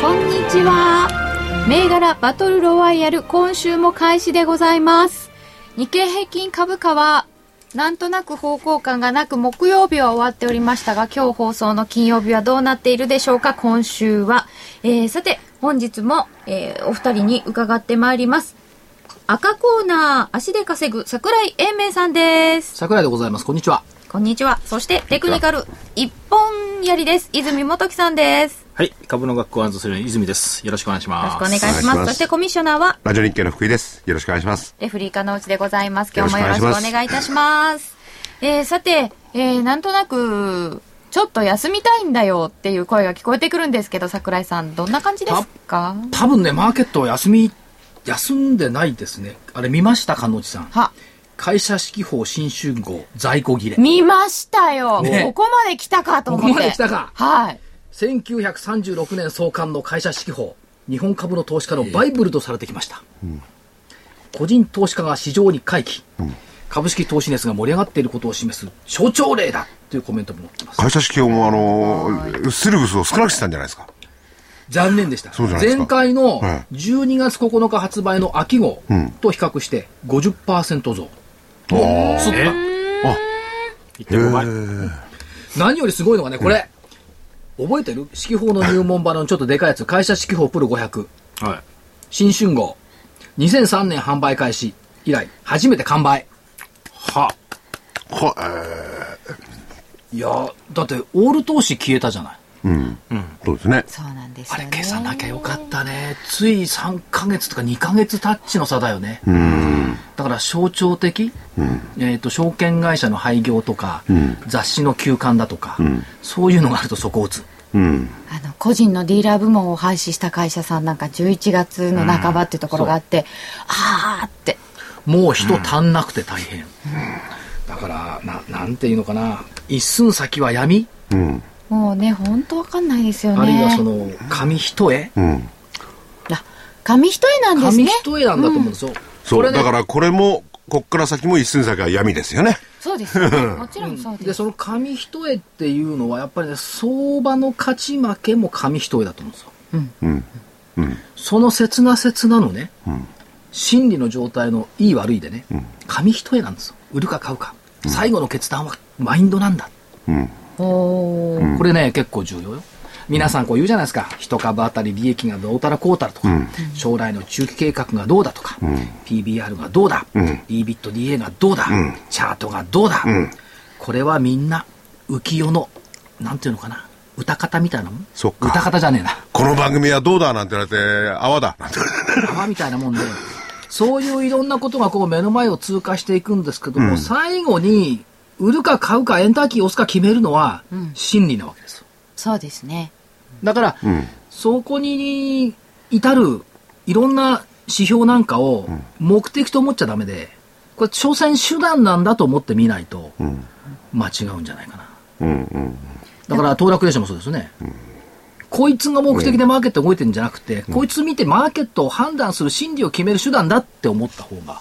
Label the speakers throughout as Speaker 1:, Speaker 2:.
Speaker 1: こんにちは。銘柄バトルロワイヤル今週も開始でございます。日経平均株価はなんとなく方向感がなく木曜日は終わっておりましたが今日放送の金曜日はどうなっているでしょうか今週は、えーさて本日も、えーお二人に伺ってまいります赤コーナー足で稼ぐ桜井英明さんです
Speaker 2: 桜井でございますこんにちは
Speaker 1: こんにちはそしてテクニカル一本やりです泉元樹さんです
Speaker 3: はい、株の学校アンズする泉です。よろしくお願いし
Speaker 1: よろ
Speaker 3: ま
Speaker 1: し
Speaker 3: す。
Speaker 1: くお願いします
Speaker 4: お願いします
Speaker 1: そしてコミッショナーは
Speaker 4: ラジオ日経の福井です。よろしくお願いします。
Speaker 1: レフリー課のうちでございます。今日もよろしくお
Speaker 4: よろしくお
Speaker 1: 願いいたします。えー、さて、えー、なんとなく、ちょっと休みたいんだよっていう声が聞こえてくるんですけど、桜井さん、どんな感じですか
Speaker 2: 多分ねマーケットは休み休んでないですねあれ見ましたかのちさん
Speaker 1: は、
Speaker 2: 会社指揮法新春号在庫切れ
Speaker 1: 見ましたよ、
Speaker 2: ね
Speaker 1: ここまで来たかと思って。
Speaker 2: ここまで来たか
Speaker 1: はい。
Speaker 2: 1936年創刊の会社指揮法日本株の投資家のバイブルとされてきました、個人投資家が市場に回帰、株式投資熱が盛り上がっていることを示す象徴例だというコメントも載ってます
Speaker 4: 会社指揮法も、あの、スルブスを少なくしてたんじゃないですか。
Speaker 2: 残念でした
Speaker 4: そうじゃないですか
Speaker 2: 前回の
Speaker 4: はい
Speaker 2: 12月9日発売の秋号と比較して50%増、もうすっぱ
Speaker 3: 1.5倍。
Speaker 2: 何よりすごいのがねこれ、覚えてる指揮法の入門版のちょっとでかいやつ会社指揮法プロ500
Speaker 3: はい。
Speaker 2: 新春号2003年販売開始以来初めて完売
Speaker 3: は、
Speaker 4: は、え
Speaker 2: いやーだってオール投資消えたじゃない
Speaker 4: ーうん。そうですね。
Speaker 1: そうなんです
Speaker 2: あれ
Speaker 1: よ、ね。
Speaker 2: 消さなきゃよかったねつい3ヶ月とか2ヶ月タッチの差だよねだから象徴的、えー、と証券会社の廃業とか、雑誌の休刊だとか、そういうのがあるとそこを打つ
Speaker 4: うん。
Speaker 1: あの個人のディーラー部門を廃止した会社さんなんか11月の半ばっていうところがあって、あーって
Speaker 2: もう人足んなくて大変、だからななんていうのかな一寸先は闇、
Speaker 4: うん。
Speaker 1: もうね本当わかんないですよね
Speaker 2: あるいはその紙一重
Speaker 4: うん。
Speaker 1: あ紙一重なんです
Speaker 2: 紙
Speaker 1: ね
Speaker 2: 一重なんだと思うんですよ、
Speaker 4: そ
Speaker 2: これ
Speaker 4: う。
Speaker 2: ね
Speaker 4: だからこれも、こっから先も一寸先は闇ですよね。
Speaker 1: そうですよね。もちろんそう
Speaker 2: で
Speaker 1: です。
Speaker 2: その紙一重っていうのはやっぱりね相場の勝ち負けも紙一重だと思うんですよ、
Speaker 4: うん。
Speaker 2: その切な切なのね、心理の状態のいい悪いでね、紙一重なんですよ売るか買うか、最後の決断はマインドなんだ、
Speaker 4: うん。
Speaker 1: おー
Speaker 2: これね結構重要よ皆さんこう言うじゃないですか一株あたり利益がどうたらこうたらとか、将来の中期計画がどうだとか、PBR がどうだ、
Speaker 4: ん
Speaker 2: EBITDA がどうだ、チャートがどうだ、
Speaker 4: ん
Speaker 2: これはみんな浮世のなんていうのかな歌方みたいなもん
Speaker 4: そっか
Speaker 2: 歌方じゃねえな
Speaker 4: この番組はどうだなんて言われて、泡だなんて言われて。
Speaker 2: 泡みたいなもんで、そういういろんなことがこう目の前を通過していくんですけども、最後に売るか買うかエンターキー押すか決めるのは心理なわけですよ。
Speaker 1: そうですね。
Speaker 2: だから、
Speaker 4: ん
Speaker 2: そこに至るいろんな指標なんかを目的と思っちゃダメで、これ、所詮手段なんだと思ってみないと
Speaker 4: ん
Speaker 2: 間違うんじゃないかな。
Speaker 4: うんうん。
Speaker 2: だから、騰落レーションもそうですよね。こいつが目的でマーケット動いてるんじゃなくて、こいつ見てマーケットを判断する心理を決める手段だって思った方が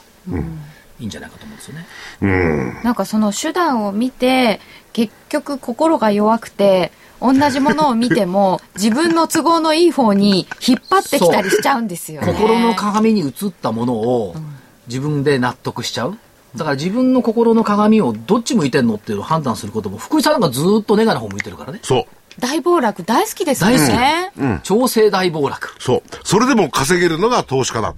Speaker 2: いいんじゃないかと思うんですよね。
Speaker 1: なんかその手段を見て、結局心が弱くて、同じものを見て も、自分の都合のいい方に引っ張ってきたりしちゃうんですよね。
Speaker 2: 心の鏡に映ったものを自分で納得しちゃう。だから自分の心の鏡をどっち向いてんのっていうのを判断することも、福井さんなんかずーっとネガの方向いてるからね。
Speaker 4: そう。
Speaker 1: 大暴落大好きですよね。
Speaker 2: 調整大暴落。
Speaker 4: そう。それでも稼げるのが投資家だ。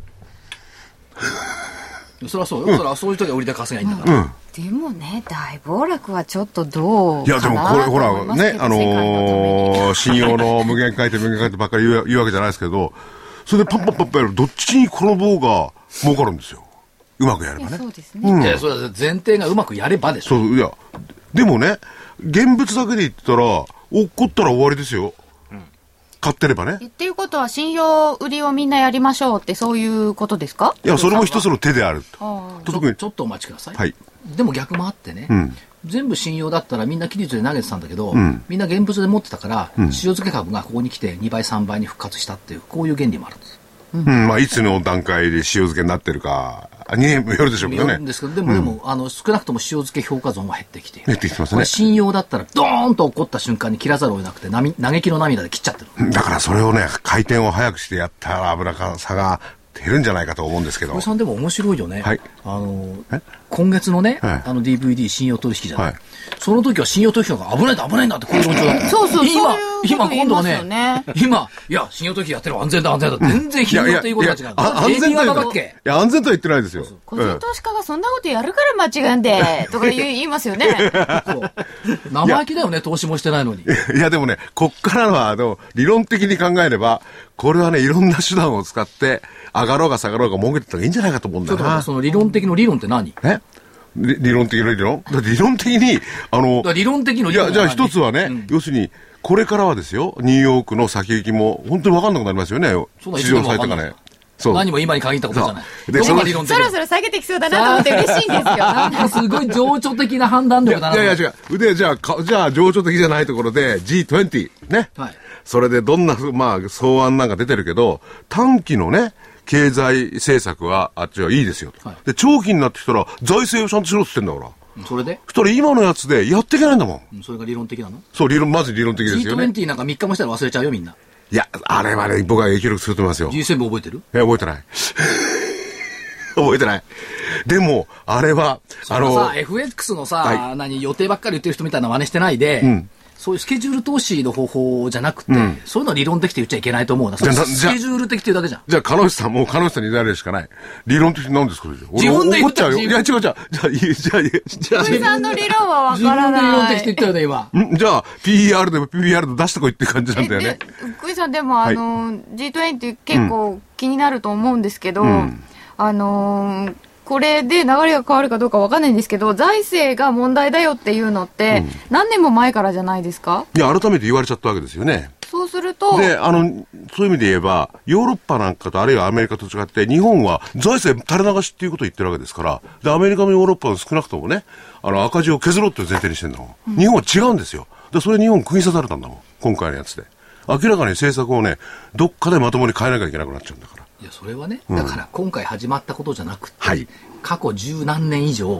Speaker 2: そりゃそうよ。そりゃそういう時は売りで稼がいいんだから。
Speaker 1: でもね、大暴落はちょっとどう
Speaker 4: い
Speaker 1: か
Speaker 4: や、
Speaker 1: な
Speaker 4: でもこれ、ほら、ね、あの ー信用の無限回転、無限回転ばっかり言う言うわけじゃないですけど、それでパッパッパッパやる、どっちに転ぼうが儲かるんですよ。うまくやればね。
Speaker 1: そうですね。
Speaker 2: いやそれは前提がうまくやればでしょ。
Speaker 4: そう、いや、でもね、現物だけで言ったら、落っこったら終わりですよ。買ってればね。
Speaker 1: 言ってることは信用売りをみんなやりましょうってそういうことですか
Speaker 4: いや、それも一つの手であると。
Speaker 1: あ
Speaker 4: 特に
Speaker 2: ちょっとお待ちください、
Speaker 4: はい
Speaker 2: でも逆もあってね、
Speaker 4: ん
Speaker 2: 全部信用だったらみんな期日で投げてたんだけど、
Speaker 4: ん
Speaker 2: みんな現物で持ってたから、塩漬け株がここに来て2倍3倍に復活したっていうこういう原理もあるんです
Speaker 4: うん、まあ、いつの段階で塩漬けになってるか、あにもよるでしょうけど
Speaker 2: よるん
Speaker 4: ね
Speaker 2: で。すけど、でも、でも、あの、少なくとも塩漬け評価損は減ってきている。
Speaker 4: 減ってきてますね
Speaker 2: これ信用だったら、ドーンと怒った瞬間に切らざるを得なくて、なみ嘆きの涙で切っちゃってる。
Speaker 4: だからそれをね、回転を早くしてやったら油かさが減るんじゃないかと思うんですけど。
Speaker 2: 小井
Speaker 4: は
Speaker 2: さんでも面白いよね。
Speaker 4: はい
Speaker 2: あの
Speaker 4: え、
Speaker 2: 今月のね、
Speaker 4: はい
Speaker 2: あの DVD 信用取引じゃない。
Speaker 4: はい
Speaker 2: その時は信用取引が危ないんだ危ないんだってこういう論調だった。
Speaker 1: そうそう
Speaker 2: 今、
Speaker 1: そういうこと
Speaker 2: 今今度は
Speaker 1: 言いま
Speaker 2: ね
Speaker 1: すよ、
Speaker 2: 今、いや、信用取引やってる安全だ安全だ。全然
Speaker 4: い
Speaker 2: 信
Speaker 4: やい
Speaker 2: 用
Speaker 4: や
Speaker 2: ということが違う。
Speaker 4: あ安全とは
Speaker 2: は
Speaker 4: 言
Speaker 2: バカっ
Speaker 4: ってない
Speaker 2: け
Speaker 4: いや、安全とは言ってないですよ。
Speaker 1: 個人投資家がそんなことやるから間違うんで、とか言い言いますよね。
Speaker 2: そう生意気だよね、投資もしてないのに。
Speaker 4: いや、でもね、こっからは、でも、理論的に考えれば、これはね、いろんな手段を使って、上がろうが下がろうが儲けてったらいいんじゃないかと思うん
Speaker 2: ち
Speaker 4: だ
Speaker 2: ょっ
Speaker 4: よ
Speaker 2: と待っ
Speaker 4: な
Speaker 2: て、。その理論的の理論って何
Speaker 4: えり理論的な理論だって理論的に、あの
Speaker 2: だか、ら理論的の
Speaker 4: い
Speaker 2: 理論
Speaker 4: や、じゃあ
Speaker 2: が何
Speaker 4: 一つはね、要するに、これからはですよ、ニューヨークの先行きも、本当に分かんなくなりますよね、
Speaker 2: そうだ
Speaker 4: 市場のサイト
Speaker 2: いつでも分か
Speaker 4: がね
Speaker 2: んない。
Speaker 4: そう。
Speaker 2: 何も今に限ったことじゃない
Speaker 4: そう。で
Speaker 2: どこが
Speaker 4: その
Speaker 2: 理論
Speaker 1: そ
Speaker 2: 的
Speaker 1: ろそろ下げてきそうだなと思って嬉しいんですよ。
Speaker 2: なんかすごい情緒的な判断
Speaker 4: い
Speaker 2: 力だ
Speaker 4: や
Speaker 2: な。
Speaker 4: いやいや違う。で、じゃあ、かじゃあ、情緒的じゃないところで G20 ね。
Speaker 2: はい
Speaker 4: それでどんな、まあ、草案なんか出てるけど、短期のね、経済政策は、あっちはいいですよと。
Speaker 2: はい
Speaker 4: で、長期になってきたら、財政をちゃんとしろって言ってんだか
Speaker 2: う
Speaker 4: ら。
Speaker 2: んそれで
Speaker 4: そしたら今のやつでやっていけないんだもん。
Speaker 2: うんそれが理論的なの
Speaker 4: そう、理論、まず理論的ですよね。
Speaker 2: G20 なんか3日もしたら忘れちゃうよ、みんな。
Speaker 4: いや、あれはね、僕は影響力すると思いますよ。
Speaker 2: G7 覚えてる
Speaker 4: え、覚えてない。覚えてない。でも、あれは、あ
Speaker 2: あの
Speaker 4: の
Speaker 2: さ、、FX のさ、
Speaker 4: は
Speaker 2: 何、予定ばっかり言ってる人みたいな真似してないで、そういうスケジュール投資の方法じゃなくて、そういうの理論的って言っちゃいけないと思うな。そ
Speaker 4: じゃ
Speaker 2: れ
Speaker 4: あな
Speaker 2: スケジュール的っていうだけじゃん。
Speaker 4: じゃあ、彼女さん、もう彼女さんに委ねるしかない。理論的に何ですかじゃあ俺
Speaker 2: 自分で言った
Speaker 4: 怒っちゃうよ。いや、違う違う。じゃあ、いいじゃあ、いいじゃあ、
Speaker 1: 小井さんの理論はわ
Speaker 2: 自
Speaker 1: から
Speaker 2: 分で理論的って
Speaker 1: な
Speaker 2: 言っ
Speaker 1: い。
Speaker 2: たよね、今。
Speaker 4: んじゃあ、PR でも PBR でも出してこいって感じなんだよね
Speaker 1: で。、福井さんでもあの、G20 結構気になると思うんですけど、あのーこれで流れが変わるかどうかわかんないんですけど、財政が問題だよっていうのって、何年も前からじゃないですか
Speaker 4: いや、改めて言われちゃったわけですよね。
Speaker 1: そうすると、
Speaker 4: で、あの、そういう意味で言えば、ヨーロッパなんかと、あるいはアメリカと違って、日本は財政垂れ流しっていうことを言ってるわけですから、で、アメリカもヨーロッパも少なくともね、あの、赤字を削ろうっていう前提にしてるんだもん。日本は違うんですよ。で、それ日本食い刺されたんだもん。今回のやつで。明らかに政策をね、どっかでまともに変えなきゃいけなくなっちゃうんだから。
Speaker 2: いや、それはね、だから今回始まったことじゃなくて、
Speaker 4: はい
Speaker 2: 過去十何年以上、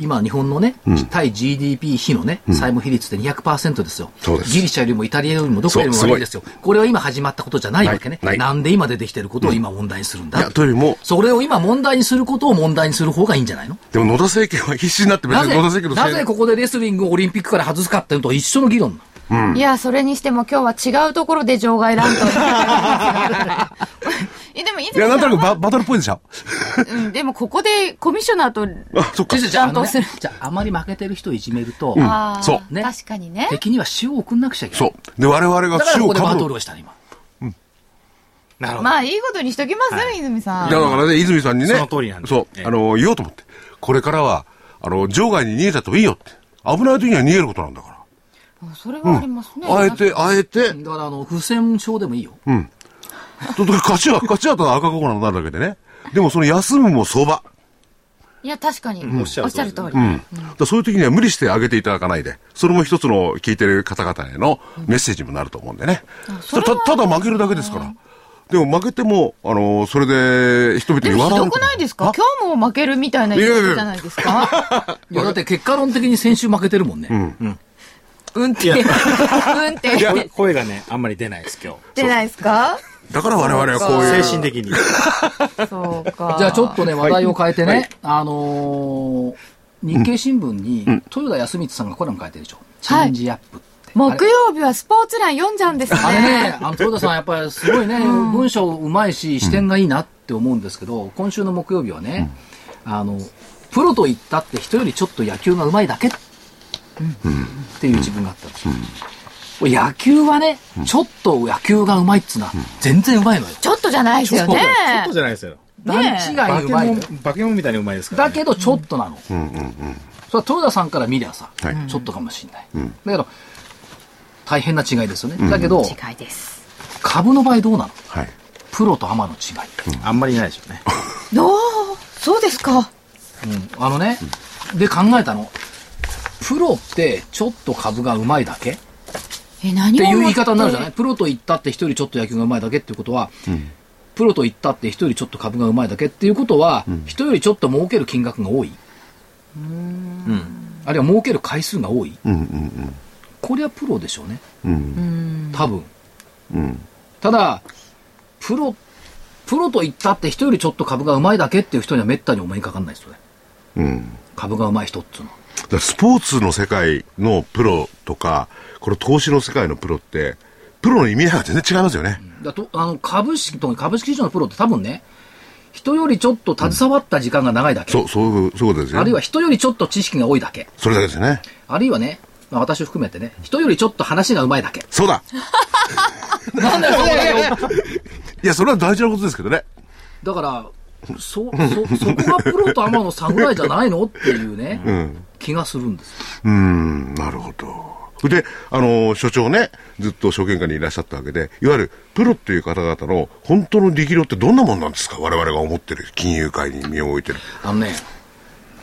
Speaker 2: 今、日本のね、対 GDP 比のね、債務比率って200%ですよ。
Speaker 4: そうです
Speaker 2: ギリシャよりもイタリアよりもどこよりも
Speaker 4: そうす
Speaker 2: 悪
Speaker 4: ご
Speaker 2: い
Speaker 4: い
Speaker 2: ですよ。これは今始まったことじゃないわけね。
Speaker 4: ないない
Speaker 2: んで今出てきてることを今問題にするんだ。
Speaker 4: いや、というよりも、
Speaker 2: それを今問題にすることを問題にする方がいいんじゃないの
Speaker 4: でも野田政権は必死になって、別
Speaker 2: な
Speaker 4: に
Speaker 2: ぜ
Speaker 4: 野田政権のせい
Speaker 2: なぜここでレスリングをオリンピックから外すかっていうのと一緒の議論なの
Speaker 1: いや、それにしても今日は違うところで場外乱闘 になってますよえでも、い
Speaker 4: い
Speaker 1: つ
Speaker 4: や、
Speaker 1: も
Speaker 4: なんとなくババトルっぽいでしょ。
Speaker 1: うん、でもここでコミッショナーと、
Speaker 4: あ、そっか
Speaker 2: じ。ゃあ
Speaker 1: ちゃんと
Speaker 2: あのね
Speaker 1: する
Speaker 2: じゃああまり負けてる人をいじめると、
Speaker 1: あー
Speaker 4: そう
Speaker 2: ね
Speaker 1: 確かにね。
Speaker 2: 敵には塩を送んなくちゃいけない。
Speaker 4: そう。で、我々
Speaker 2: だ
Speaker 4: が
Speaker 2: から
Speaker 4: 死
Speaker 2: こ
Speaker 4: を
Speaker 2: こで
Speaker 4: か
Speaker 2: バト
Speaker 4: ぶ
Speaker 2: ル
Speaker 4: る。
Speaker 2: をしたの今。
Speaker 5: なるほど。
Speaker 1: まあ、いいことにしときますよ、泉さ
Speaker 4: だ
Speaker 1: ん。
Speaker 4: からね、泉さんにね、
Speaker 5: その通りなんです
Speaker 4: そう
Speaker 5: ええ、
Speaker 4: あの、言おうと思って。これからは、あの、場外に逃げたってもいいよって。危ない時には逃げることなんだか
Speaker 1: あそれはありますね。
Speaker 4: ら。あえて、あえて、
Speaker 2: だからあの、不戦勝でもいいよ。
Speaker 4: とと勝ちは、勝ちはただ赤コーナーになるだけでね。でもその休むも相場。
Speaker 1: いや、確かに。
Speaker 5: ん
Speaker 1: お
Speaker 5: お
Speaker 1: っ
Speaker 5: っ
Speaker 1: し
Speaker 5: し
Speaker 1: ゃ
Speaker 5: ゃ
Speaker 1: る
Speaker 5: る
Speaker 1: 通
Speaker 5: 通り
Speaker 1: り。
Speaker 4: うん。だからそういう時には無理して上げていただかないで。それも一つの聞いてる方々へのメッセージにもなると思うんでね。たたただ負けるだけですから。でも負けても、あの、それで人々
Speaker 1: で
Speaker 4: に
Speaker 1: も、ひ
Speaker 4: 笑
Speaker 1: ど
Speaker 4: う。
Speaker 1: くないですか今日も負けるみたいな言い方じゃないですか
Speaker 2: いや、だって結果論的に先週負けてるもんね。
Speaker 1: うんって。うんって
Speaker 5: い
Speaker 1: 言っ
Speaker 5: や、声がね、あんまり出ないです、今日。
Speaker 1: てないですか
Speaker 4: だから我々はこういう。
Speaker 5: 精神的に。
Speaker 1: そうか。
Speaker 2: じゃあちょっとね、話題を変えてね、あのー日経新聞に、豊田康光さんがコラム書いてるでしょ。チェンジアップって。
Speaker 1: 木
Speaker 2: あれ
Speaker 1: 曜日はスポーツ欄読んじゃうんですね。
Speaker 2: あれね、あの、豊田さんやっぱりすごいね、文章うまいし、視点がいいなって思うんですけど、今週の木曜日はね、あの、プロと言ったって人よりちょっと野球がうまいだけ、っていう自分があったんですよ。これ野球はね、ちょっと野球がうまいっつうのは、全然うまいのよ。
Speaker 1: ちょっとじゃないですよね。
Speaker 5: そうじゃないですよ。
Speaker 2: 段違
Speaker 5: バ
Speaker 2: いう
Speaker 5: ケ
Speaker 2: まい
Speaker 5: モ
Speaker 2: のよ
Speaker 5: ン。、バケモンみたいにうまいですから
Speaker 2: だ
Speaker 5: ね。
Speaker 2: けどちょっとなの。それは豊田さんから見りゃさ、
Speaker 4: はい
Speaker 2: ちょっとかもしれない。だけど、大変な違いですよね。だけど、
Speaker 1: 違いです。
Speaker 2: 株の場合どうなの
Speaker 4: はい。
Speaker 2: プロとアマの違い。
Speaker 5: あんまりないでしょうね。
Speaker 1: どうそうですか。
Speaker 2: うん、あのね、で考えたの。プロってちょっと株がうまいだけっ
Speaker 1: え、何
Speaker 2: て
Speaker 1: を
Speaker 2: いう
Speaker 1: も
Speaker 2: 言
Speaker 1: っ
Speaker 2: い
Speaker 1: て
Speaker 2: 方になるじゃないプロと言ったって一人ちょっと野球がうまいだけっていうことは、プロと言ったって一人ちょっと株がうまいだけっていうことは、人よりちょっと儲ける金額が多い。あるいは儲ける回数が多い。
Speaker 4: うんうん
Speaker 2: これはプロでしょうね。
Speaker 4: うん。うん。
Speaker 2: 多分。
Speaker 4: うん。
Speaker 2: ただ、プロ、プロと言ったって人よりちょっと株がうまいだけっていう人にはめったにお目にかかんないですよね。
Speaker 4: うん。
Speaker 2: 株がうまい人っていうのは。
Speaker 4: だからスポーツの世界のプロとか、これ投資の世界のプロって、プロの意味合いが全然違いますよね。
Speaker 2: だとあの株式とか株式市場のプロって多分ね、人よりちょっと携わった時間が長いだけ、
Speaker 4: そう、そういう、そういうことですよ。
Speaker 2: あるいは人よりちょっと知識が多いだけ、
Speaker 4: それだけですよね。
Speaker 2: あるいはね、まあ、私を含めてね、人よりちょっと話がうまいだけ。
Speaker 4: そうだ
Speaker 2: なんだよ、そうだよ。
Speaker 4: いや、それは大事なことですけどね。
Speaker 2: だから、そ、そ、そこがプロとアマの差ぐらいじゃないのっていうね、気がするんです。
Speaker 4: うーん、なるほど。で、あの、所長ね、ずっと証券会にいらっしゃったわけで、いわゆるプロっていう方々の本当の力量ってどんなもんなんですか我々が思ってる金融界に身を置いてる。
Speaker 2: あのね、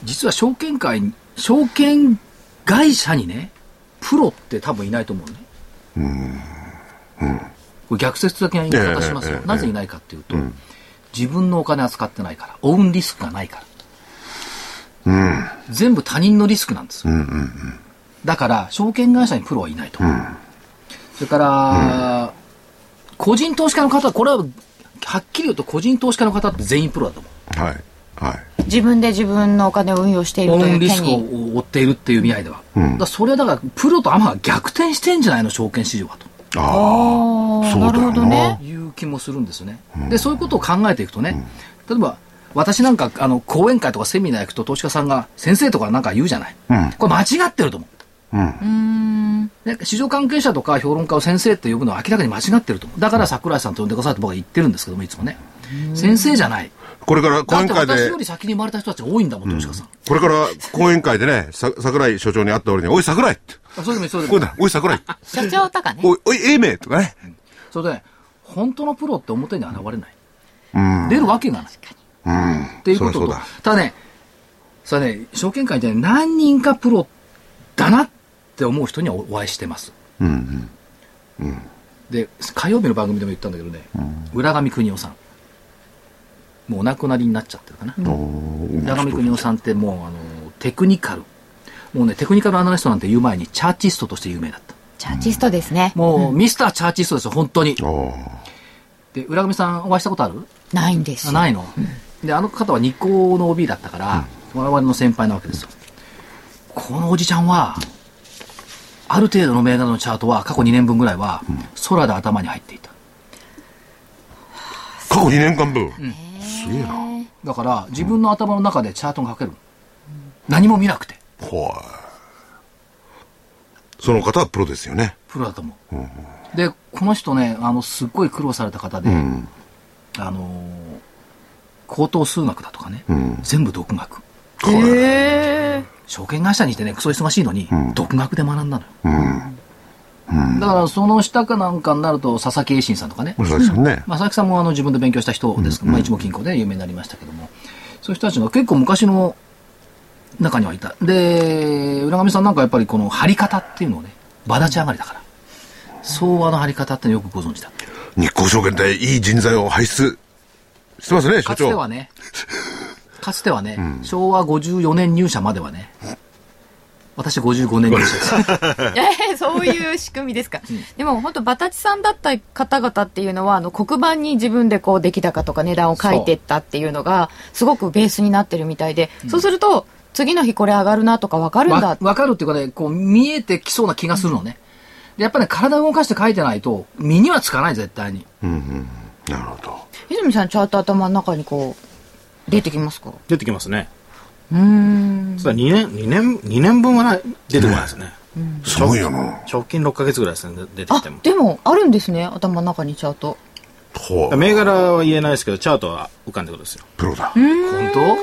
Speaker 2: 実は証券会に、証券会社にね、プロって多分いないと思うね。これ逆説的な言い方しますよ。
Speaker 4: ええええ
Speaker 2: なぜいないかっていうと、自分のお金扱ってないから、オウンリスクがないから。全部他人のリスクなんですよ。だから、証券会社にプロはいないと。それから、個人投資家の方、これは、はっきり言うと個人投資家の方って全員プロだと思う。
Speaker 4: はい。はい。
Speaker 1: 自分で自分のお金を運用している
Speaker 2: オ
Speaker 1: と
Speaker 2: ウ
Speaker 1: い
Speaker 2: ン
Speaker 1: う
Speaker 2: リ
Speaker 1: 手
Speaker 2: スクを
Speaker 1: に。
Speaker 2: 負っているっていう意味合いでは。だからそれはだから、プロとアマが逆転してんじゃないの、証券市場はと。
Speaker 4: あ
Speaker 1: あ
Speaker 4: あ、
Speaker 1: ー
Speaker 4: そうだ
Speaker 1: なる
Speaker 4: よ
Speaker 1: ほどね
Speaker 4: な。。
Speaker 2: いう気もするんですよね。で、そういうことを考えていくとね、例えば、私なんか、あの、講演会とかセミナー行くと、投資家さんが、先生とかなんか言うじゃない。
Speaker 4: うん
Speaker 2: これ間違ってると思う。
Speaker 4: うん
Speaker 2: で市場関係者とか評論家を先生って呼ぶのは明らかに間違ってると思う。だから桜井さんと呼んでくださいって僕は言ってるんですけども、いつもね。先生じゃない。
Speaker 4: これから講
Speaker 2: だっ
Speaker 4: 演
Speaker 2: て
Speaker 4: 会
Speaker 2: 私
Speaker 4: で
Speaker 2: よ、り先に生まれた人たち多いんだもん、投資家さん。
Speaker 4: これから講演会でね、さ桜井所長に会った俺に、おい桜井って。
Speaker 2: あそれでもいいそれで
Speaker 4: こ
Speaker 2: もい
Speaker 4: う
Speaker 2: い
Speaker 4: だ、おい桜井。
Speaker 1: 所長とかね。
Speaker 4: おい、おい、英明とかね。
Speaker 2: それで、本当のプロって表に現れない。出るわけがない。っていうこと
Speaker 4: そ
Speaker 2: と
Speaker 4: りゃそう
Speaker 2: ただね、それね、証券会で何人かプロだなって思う人にはおお会いしてます。
Speaker 4: うんうん。
Speaker 2: で、火曜日の番組でも言ったんだけどね、浦上邦夫さん。もうお亡くなりになっちゃってるかな。浦上邦夫さんってもう、あの、テクニカル。もうね、テクニカルアナリストなんて言う前に、チャーチストとして有名だった。
Speaker 1: チャーチストですね。
Speaker 2: もう、ミスターチャーチストですよ、本当に。
Speaker 4: あ
Speaker 2: で、浦上さんお会いしたことある
Speaker 1: ないんです
Speaker 2: あ
Speaker 1: よ。
Speaker 2: ないの、であの方は日光の OB だったから、我々の先輩なわけですよこのおじちゃんはある程度の銘柄のチャートは過去2年分ぐらいは空で頭に入っていた
Speaker 4: あ。過去2年間分。すげえな。
Speaker 2: だから自分の頭の中でチャートが書ける、何も見なくて
Speaker 4: はい。その方はプロですよね。
Speaker 2: プロだと思う、でこの人ねあのすっごい苦労された方で、
Speaker 4: うん。
Speaker 2: あのー高等数学だとかね、
Speaker 4: ん
Speaker 2: 全部独学証券会社にいてねクソ忙しいのに、独学で学んだのよ
Speaker 4: うん。
Speaker 2: だからその下かなんかになると佐々木栄信さんとかね、
Speaker 4: 村崎さんね。
Speaker 2: まあ、佐々木さんもあの自分で勉強した人ですけど、まあ、一目金庫で有名になりましたけどもそういう人たちが結構昔の中にはいたで浦上さんなんかやっぱりこの張り方っていうのをね場立ち上がりだから相和の張り方っていうのをよくご存知だ
Speaker 4: 日光証券でいい人材を輩出してますね、所
Speaker 2: かつては
Speaker 4: 長。
Speaker 2: ねかつてはね、昭和54年入社まではね私55年入社です
Speaker 6: え ーそういう仕組みですか。でも本当バタチさんだった方々っていうのはあの黒板に自分でこう出来高とか値段を書いてったっていうのがすごくベースになってるみたいで、そうすると次の日これ上がるなとかわかるんだ
Speaker 2: わ。わかるっていうかね、こう見えてきそうな気がするのね。でやっぱね、体を動かして書いてないと、身にはつかない、絶対に。
Speaker 4: なるほど。
Speaker 1: 泉さん、チャート頭の中にこう、出てきますか
Speaker 5: 出てきますね。
Speaker 1: うーん。
Speaker 5: そ2年、2年、2年分はない出てこないですね。
Speaker 4: すごいよな。
Speaker 5: 直近6ヶ月ぐらいですね、出てき
Speaker 1: あ
Speaker 5: ても、。
Speaker 1: でも、あるんですね。頭の中にチャート。
Speaker 4: ほう。
Speaker 5: 銘柄は言えないですけど、チャートは浮かんでくるんですよ。
Speaker 4: プロだ。
Speaker 2: 本当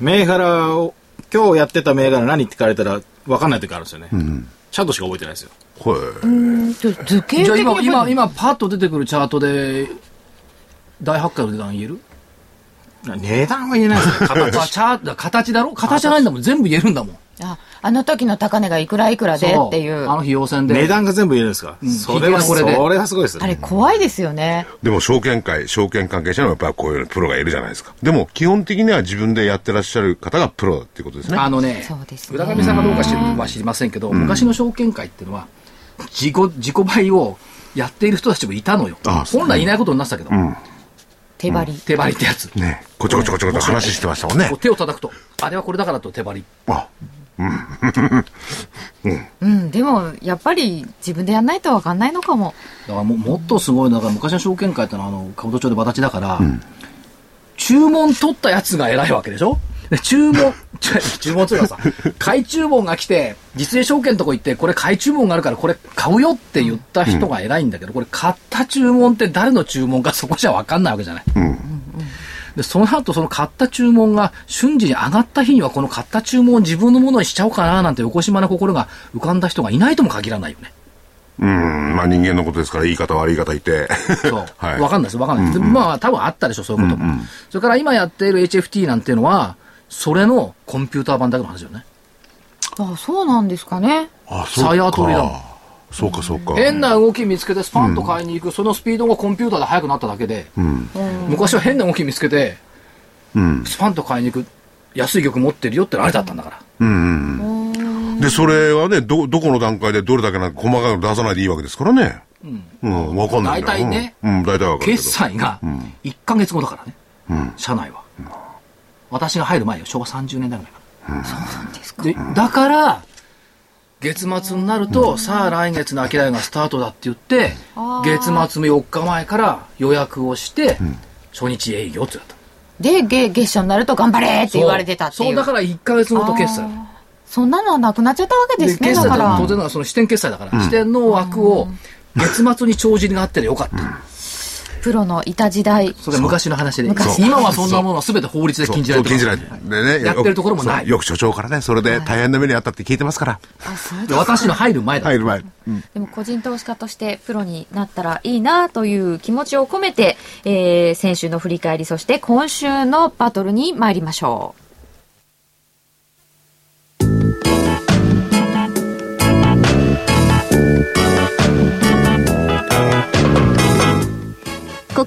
Speaker 5: 銘柄を、今日やってた銘柄何って聞かれたら分かんない時あるんですよね。チャートしか覚えてないですよ。
Speaker 4: ほい。
Speaker 1: ちょ図形
Speaker 2: じゃあ
Speaker 1: 的に
Speaker 2: 今、今、
Speaker 1: やっぱり
Speaker 2: 今、パッと出てくるチャートで、大発会の値段言える
Speaker 5: 値段は言え ないです
Speaker 2: あ
Speaker 5: ね。
Speaker 2: チャート、形だろ形じゃないんだもん。全部言えるんだもん。
Speaker 1: ああの時の高値がいくらいくらで
Speaker 2: そう
Speaker 1: っていう
Speaker 2: あの日、陽線で。
Speaker 5: 値段が全部言えるんですか、それは、
Speaker 2: 聞い
Speaker 5: そ
Speaker 2: てないこれで
Speaker 5: れはすごいです
Speaker 1: あれ
Speaker 5: ね。
Speaker 1: 怖いですよね
Speaker 4: でも証券会、証券関係者のやっぱりこういうプロがいるじゃないですか。でも基本的には自分でやってらっしゃる方がプロっていうことですね。
Speaker 2: あのね
Speaker 1: そうです、ね
Speaker 2: 浦上さんがどうか知は知りませんけど、昔の証券会っていうのは、自己、自己買いをやっている人たちもいたのよ。
Speaker 4: あそう
Speaker 2: 本来いないことになってたけど、
Speaker 1: 手張り、
Speaker 2: 手張りってやつ。
Speaker 4: ね。こちょこちょこちょこちょ話してましたもんね
Speaker 2: こう。手を叩くと、あれはこれだからと手張り。
Speaker 4: あ、
Speaker 1: うん、でもやっぱり自分でやんないとわかんないのかも
Speaker 2: だからももっとすごいのは、だから昔の証券会ってのは、あの、兜町で私だから、注文取ったやつが偉いわけでしょで注文、 ちょ注文というかさ、買い注文が来て、実営証券のとこ行って、これ買い注文があるからこれ買うよって言った人が偉いんだけど、これ買った注文って誰の注文かそこじゃわかんないわけじゃない。で、その後その買った注文が瞬時に上がった日にはこの買った注文を自分のものにしちゃおうかななんて横島な心が浮かんだ人がいないとも限らないよね。
Speaker 4: うん、まあ人間のことですから、言い方悪い方いて。
Speaker 2: そう。
Speaker 4: はい
Speaker 2: わかんないです、わかんないです。でまあ、多分あったでしょ、そういうことも。それから今やっている HFT なんていうのは、それのコンピューター版だけの話よね。
Speaker 1: あそうなんですかね
Speaker 4: あ、
Speaker 2: さや取りだもん
Speaker 4: そうか、そうか。
Speaker 2: 変な動き見つけて、スパンと買いに行く、そのスピードがコンピューターで速くなっただけで、昔は変な動き見つけて、
Speaker 4: うん。
Speaker 2: スパンと買いに行く、安い曲持ってるよってのあれだったんだから。
Speaker 4: うん、うん。で、それはね、ど、どこの段階でどれだけなんか細かいの出さないでいいわけですからね。うん、わかんないんだ
Speaker 2: 大体ね
Speaker 4: うん、うん大体わかるけど。
Speaker 2: 決済が1ヶ月後だからね、社内は。私が入る前よ、昭和30年代ぐらいかな。そうなんですか。だから、月末になると、さあ来月の商いがスタートだって言って、月末の4日前から予約をして、初日営業ってなった。
Speaker 1: でげ月初になると頑張れって言われてたっていう
Speaker 2: そう、だから1ヶ月ごと決済。
Speaker 1: そんなのはなくなっちゃったわけですね
Speaker 2: 決
Speaker 1: だ
Speaker 2: 済
Speaker 1: か
Speaker 2: だ
Speaker 1: ら
Speaker 2: と当然ながらその支店決済だから、支店の枠を月末に帳尻があってでよかった。
Speaker 1: プロのいた時代
Speaker 2: それは昔の話で。
Speaker 1: 昔
Speaker 2: 今はそんなものは全て法律で禁じられて
Speaker 4: 禁
Speaker 2: る
Speaker 4: じられてでね。
Speaker 2: やってるところもない
Speaker 4: そうよく所長からね、それで大変な目にあったって聞いてますから。
Speaker 1: あそうです
Speaker 2: で私の入る前だ
Speaker 4: 入る前。うん。
Speaker 1: でも個人投資家としてプロになったらいいなという気持ちを込めて、えー先週の振り返り、そして今週のバトルに参りましょう。
Speaker 7: こ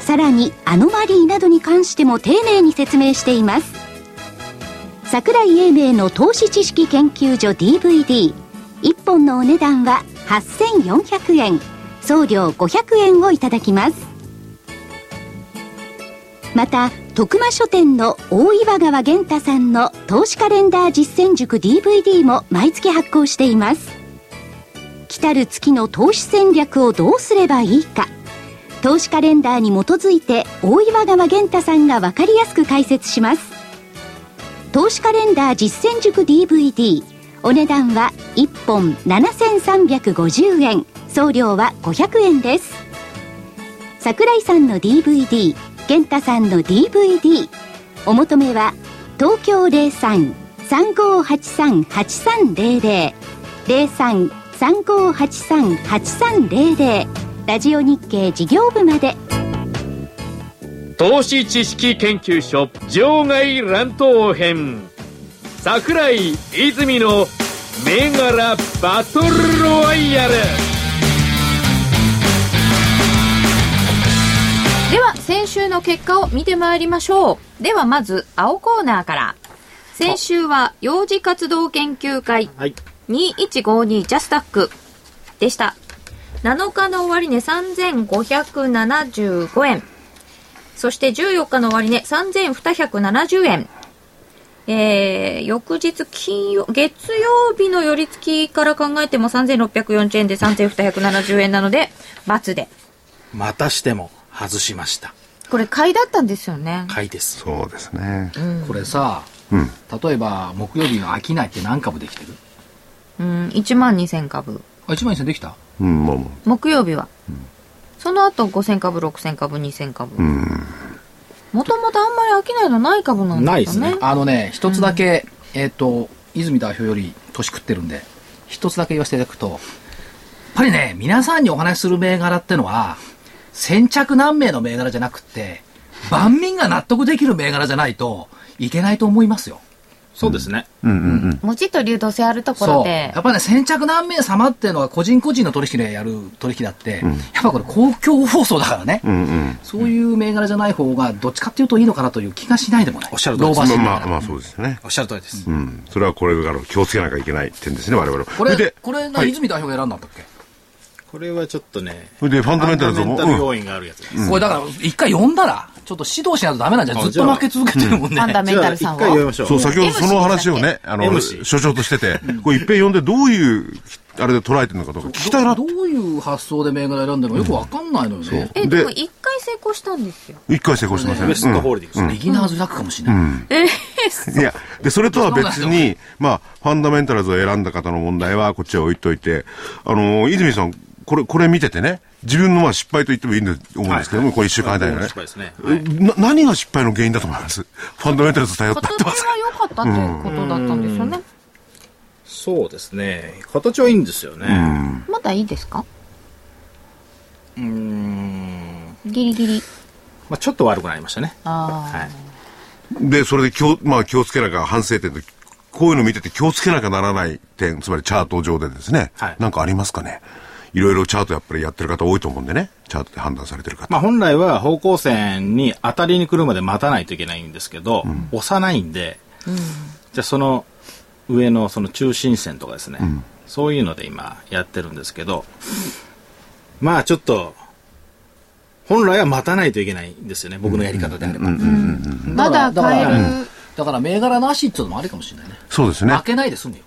Speaker 7: さらにアノマリーなどに関しても丁寧に説明しています桜井英明の投資知識研究所 DVD1 本のお値段は8400円送料500円をいただきますまた徳間書店の大岩川源太さんの投資カレンダー実践塾 DVD も毎月発行しています来たる月の投資戦略をどうすればいいか投資カレンダーに基づいて大岩川源太さんが分かりやすく解説します投資カレンダー実践塾 DVD お値段は1本7350円送料は500円です桜井さんの DVD 源太さんの DVD お求めは東京03-3583-8300 03-3583-8300ラジオ日経事業部まで
Speaker 8: 投資知識研究所場外乱闘編桜井泉の銘柄バトルロワイヤル
Speaker 6: では先週の結果を見てまいりましょうではまず青コーナーから先週は幼児活動研究会
Speaker 5: はい。
Speaker 6: 2152ジャスタックでした7日の終値3575円そして14日の終値3270円えー、翌日金曜、月曜日の寄り付きから考えても3640円で3270円なので、×で。
Speaker 5: またしても外しました。
Speaker 1: これ買いだったんですよね。
Speaker 5: 買いです。
Speaker 4: そうですね。
Speaker 2: これさ、
Speaker 4: うん。
Speaker 2: 例えば木曜日の商いって何株できてる
Speaker 1: うん、1万2000株。
Speaker 2: あ、1万1000できた
Speaker 4: うん、まあまあ。
Speaker 1: 木曜日は。その後5000株、6000株、2000株
Speaker 4: う。ん。
Speaker 1: もともとあんまり商いのない株なん
Speaker 5: ないで
Speaker 1: で
Speaker 5: すす
Speaker 1: よね
Speaker 5: ね。
Speaker 2: あのね、一つだけ、えっ、と、泉代表より年食ってるんで、一つだけ言わせていただくと、やっぱりね、皆さんにお話しする銘柄ってのは、先着何名の銘柄じゃなくって、万民が納得できる銘柄じゃないといけないと思いますよ。
Speaker 5: そうですね。
Speaker 4: うんうんうん。
Speaker 1: もちっと流動性あるところ
Speaker 2: そう。
Speaker 1: で
Speaker 2: やっ。ぱね、先着何名様っていうのが個人個人の取引でやる取引だって、やっぱこれ公共放送だからね。
Speaker 4: うんうん。
Speaker 2: そういう銘柄じゃない方が、どっちかっていうといいのかなという気がしないでもない。
Speaker 5: おっしゃる通りです
Speaker 2: 老婆心なが
Speaker 4: ま
Speaker 2: ら
Speaker 4: あまあそうですよね。
Speaker 5: おっしゃる通りです。
Speaker 4: うん。それはこれから気をつけなきゃいけない点ですね、我々は。
Speaker 2: こ
Speaker 4: そ
Speaker 2: れ
Speaker 4: で、、
Speaker 2: これな、
Speaker 4: はい
Speaker 2: 泉代表が選んだんだっけ、
Speaker 5: これはちょっとね、
Speaker 4: それでファンダメンタルズ
Speaker 5: ファ
Speaker 4: も
Speaker 5: ンダメンタル要因があるやつです。
Speaker 2: これだから、一回呼んだら、ちょっと指導しないとダメなんじゃない
Speaker 5: あ
Speaker 2: ずっと負け続けてるもんね。
Speaker 1: ファンダメ
Speaker 5: じ
Speaker 1: ン
Speaker 5: ゃ
Speaker 1: タ
Speaker 5: あ
Speaker 1: ル
Speaker 5: 一
Speaker 1: さ
Speaker 5: 回
Speaker 1: ん
Speaker 5: 読
Speaker 1: は。
Speaker 5: みましょう。
Speaker 4: そう、先ほど
Speaker 1: MC
Speaker 4: その話をね、あの、
Speaker 5: MC
Speaker 4: 所長としてて、これ一遍読んでどういう、あれで捉えてるのかとか聞きたいな
Speaker 2: ど。どういう発想で銘柄選んだのかよくわかんないのよね。
Speaker 1: え、
Speaker 4: で
Speaker 1: でも一回成功したんですよ。
Speaker 4: 一回成功してません
Speaker 5: ウエストホールディングスね。
Speaker 2: ビギナーズラックかもしれない。
Speaker 4: いや、で、それとは別に、まあ、ファンダメンタルズを選んだ方の問題は、こっちは置いといて、あのー泉さん、これ、これ見ててね、自分のまあ失敗と言ってもいいんだと思うんですけども、これ一週間間にね
Speaker 5: 失。敗ですね。
Speaker 4: な何が失敗の原因だと思いますファンダメンタルズ頼ったって
Speaker 1: 形
Speaker 4: ま
Speaker 1: が
Speaker 4: す。
Speaker 1: 良かったということだったんですよね。
Speaker 5: そうですね。形はいいんですよね。
Speaker 1: まだいいですか
Speaker 5: うーん。
Speaker 1: ギリギリ。
Speaker 5: まあちょっと悪くなりましたね。
Speaker 1: ああ。
Speaker 5: はい。
Speaker 4: で、それで気を、まあ、気をつけなきゃ、反省点と、こういうの見てて気をつけなきゃならない点、つまりチャート上でですね、
Speaker 5: はい
Speaker 4: なんかありますかねいろいろチャートやっぱりやってる方多いと思うんでね、チャートで判断されてる方。
Speaker 5: まあ本来は方向線に当たりに来るまで待たないといけないんですけど、押さないんで、じゃあその上のその中心線とかですね、そういうので今やってるんですけど、まあちょっと、本来は待たないといけないんですよね、僕のやり方であれば。
Speaker 1: まだ買える。
Speaker 2: だから銘柄なしっていうのもありかもしれないね。
Speaker 4: そうですね
Speaker 2: 負。けないで済むよ。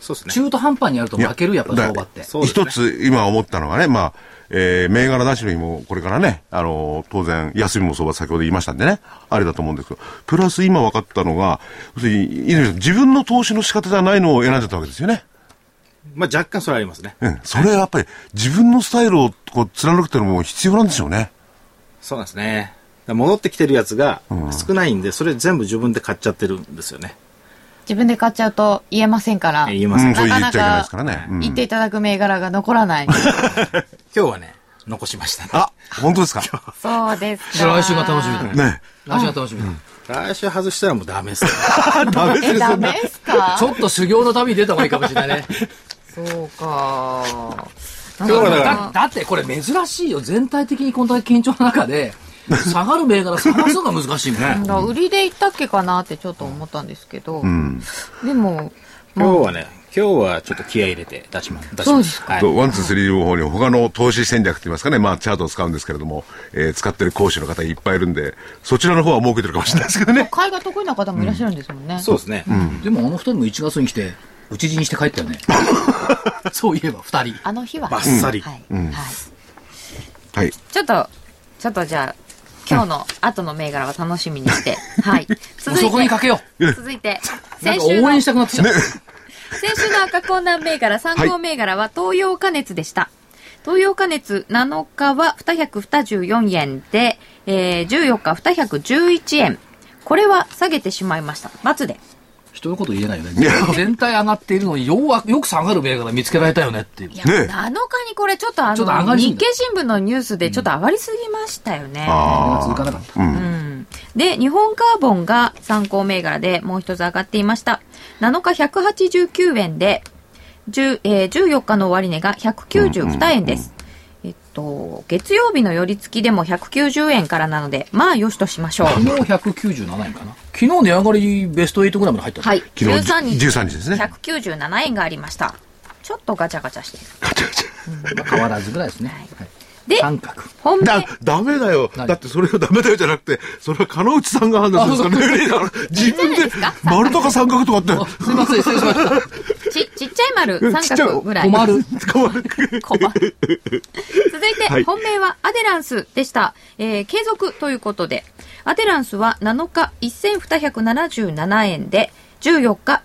Speaker 5: そうですね。
Speaker 2: 中途半端にやると負ける、やっぱ
Speaker 4: だ
Speaker 2: 相場って。
Speaker 5: そうですね
Speaker 4: 一つ今思ったのがね、まあ、えー、銘柄なしの日もこれからね、あのー当然、休みも相場先ほど言いましたんでね、あれだと思うんですけど、プラス今分かったのが、要するに、泉さん自分の投資の仕方じゃないのを選んじゃったわけですよね。
Speaker 5: まあ若干それはありますね。
Speaker 4: うん。それはやっぱり自分のスタイルをこう貫くっていうのも必要なんでしょうね。
Speaker 5: そうなんですね。だから戻ってきてるやつが少ないんで、それ全部自分で買っちゃってるんですよね。
Speaker 1: 自分で買っちゃうと言えませんから。
Speaker 5: 言え
Speaker 4: う
Speaker 5: ません。
Speaker 4: ん、
Speaker 5: 今
Speaker 4: そう言っちゃ
Speaker 1: ない
Speaker 4: け
Speaker 1: か
Speaker 4: ない
Speaker 1: な
Speaker 4: ですからね。うん
Speaker 1: 言っていただく銘柄が残らない。
Speaker 5: 日はね、残しましたね。
Speaker 4: あ、本当ですか
Speaker 1: そうです
Speaker 2: じ
Speaker 1: か。
Speaker 2: ゃあ来週が楽しみだ。
Speaker 4: ね
Speaker 2: 来週が楽しみだ。
Speaker 5: 来週外したらもうダメですね。
Speaker 4: ダメ
Speaker 1: え、 ダメですか
Speaker 2: ちょっと修行の旅に出た方がいいかもしれないね。
Speaker 1: そうか。
Speaker 5: 日はだから
Speaker 2: だだってこれ珍しいよ。全体的にこんだけ緊張の中で、下がる銘柄探すのが難しいもんね。
Speaker 1: だ売りで行ったっけかなってちょっと思ったんですけど、でも、まあ
Speaker 5: 今日はね、今日はちょっと気合い入れて出しま出します。
Speaker 1: そうですか
Speaker 5: はい
Speaker 4: とワン、ツー、スリーの方に他の投資戦略って言いますかね、まあ、チャートを使うんですけれども、えー使ってる講師の方いっぱいいるんで、そちらの方は儲けてるかもしれないですけどね。
Speaker 1: 買いが得意な方もいらっしゃるんですもんね。
Speaker 5: そうですね。
Speaker 2: でもあの二人も1月に来て、打ち死にして帰ったよね。そういえば二人。
Speaker 1: あの日は。
Speaker 5: バッサリ
Speaker 1: はい。はい
Speaker 4: はい。
Speaker 1: ちょっと、ちょっとじゃあ、今日の後の銘柄は楽しみに して、はい。続い
Speaker 2: そこに
Speaker 1: て
Speaker 2: か、けよう。
Speaker 1: 続いて、
Speaker 2: なん
Speaker 1: 先
Speaker 2: か
Speaker 1: 週
Speaker 2: 応
Speaker 1: の、
Speaker 2: 援し
Speaker 1: 先
Speaker 2: たくなってきた。
Speaker 1: 週の赤コーナー銘柄、参考銘柄は東洋加熱でした。東洋加熱7日は224円で、えー、14日211円。これは下げてしまいました。×で。
Speaker 2: 人のこと言えないよね。全体上がっているのにようわよく下がる銘柄見つけられたよねっていう。
Speaker 1: いや、
Speaker 4: ねえ
Speaker 1: 7日にこれちょっとあ
Speaker 2: ちょっと上
Speaker 1: の、
Speaker 2: がりす
Speaker 1: 日
Speaker 2: ぎた
Speaker 1: 経新聞のニュースでちょっと上がりすぎましたよね。
Speaker 2: が
Speaker 4: あ
Speaker 2: 続かなかった。
Speaker 4: あ。うん。
Speaker 1: うんで、日本カーボンが参考銘柄でもう一つ上がっていました。7日189円で、10えー14日の終値が192円です。えっと、月曜日の寄り付きでも190円からなので、まあ、よしとしましょう。
Speaker 2: 昨日197円かな。昨日値上がりベスト8ぐらいまで入ったの
Speaker 1: はい。
Speaker 4: 昨日
Speaker 1: 13日、
Speaker 4: 13日ですね。
Speaker 1: 197円がありました。ちょっとガチャガチャしてる。
Speaker 2: まあ変わらずぐらいですね。はい
Speaker 1: で、
Speaker 2: 三角。
Speaker 1: 本命。
Speaker 4: だ、ダメだよ。
Speaker 2: 何
Speaker 4: だってそれはダメだよじゃなくて、それは金内さんが判断するんですからね。だから自分で、丸とか三角とかって、
Speaker 2: すいません、失礼しました。
Speaker 1: ちっちちっちゃい丸、三角ぐらい。
Speaker 2: 困 る。
Speaker 4: 困る。
Speaker 1: 困る。続いて、
Speaker 4: はい
Speaker 1: 本命はアデランスでした。えー継続ということで、アデランスは7日1277円で、14日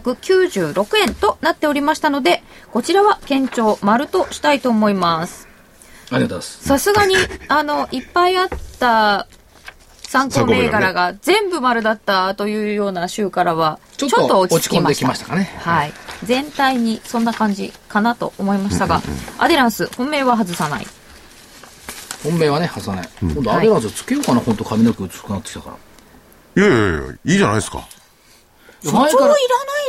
Speaker 1: 1296円となっておりましたので、こちらは堅調丸としたいと思います。
Speaker 2: ありがとうございます。
Speaker 1: さす がに、あの、いっぱいあった参考銘柄が全部丸だったというような週からは、ちょっと落ち着き
Speaker 2: 込ん
Speaker 1: ま
Speaker 2: で
Speaker 1: し
Speaker 2: き
Speaker 1: た
Speaker 2: まし。たかね。
Speaker 1: はい。全体にそんな感じかなと思いましたが、アデランス、本命は外さない。
Speaker 2: 本命はね、外さない。今度アデラーズつけようかな、本当髪の毛薄くなってきたから。
Speaker 4: いやいやいや、いいじゃないですか。
Speaker 2: 前
Speaker 1: そうい
Speaker 2: からら
Speaker 1: ない、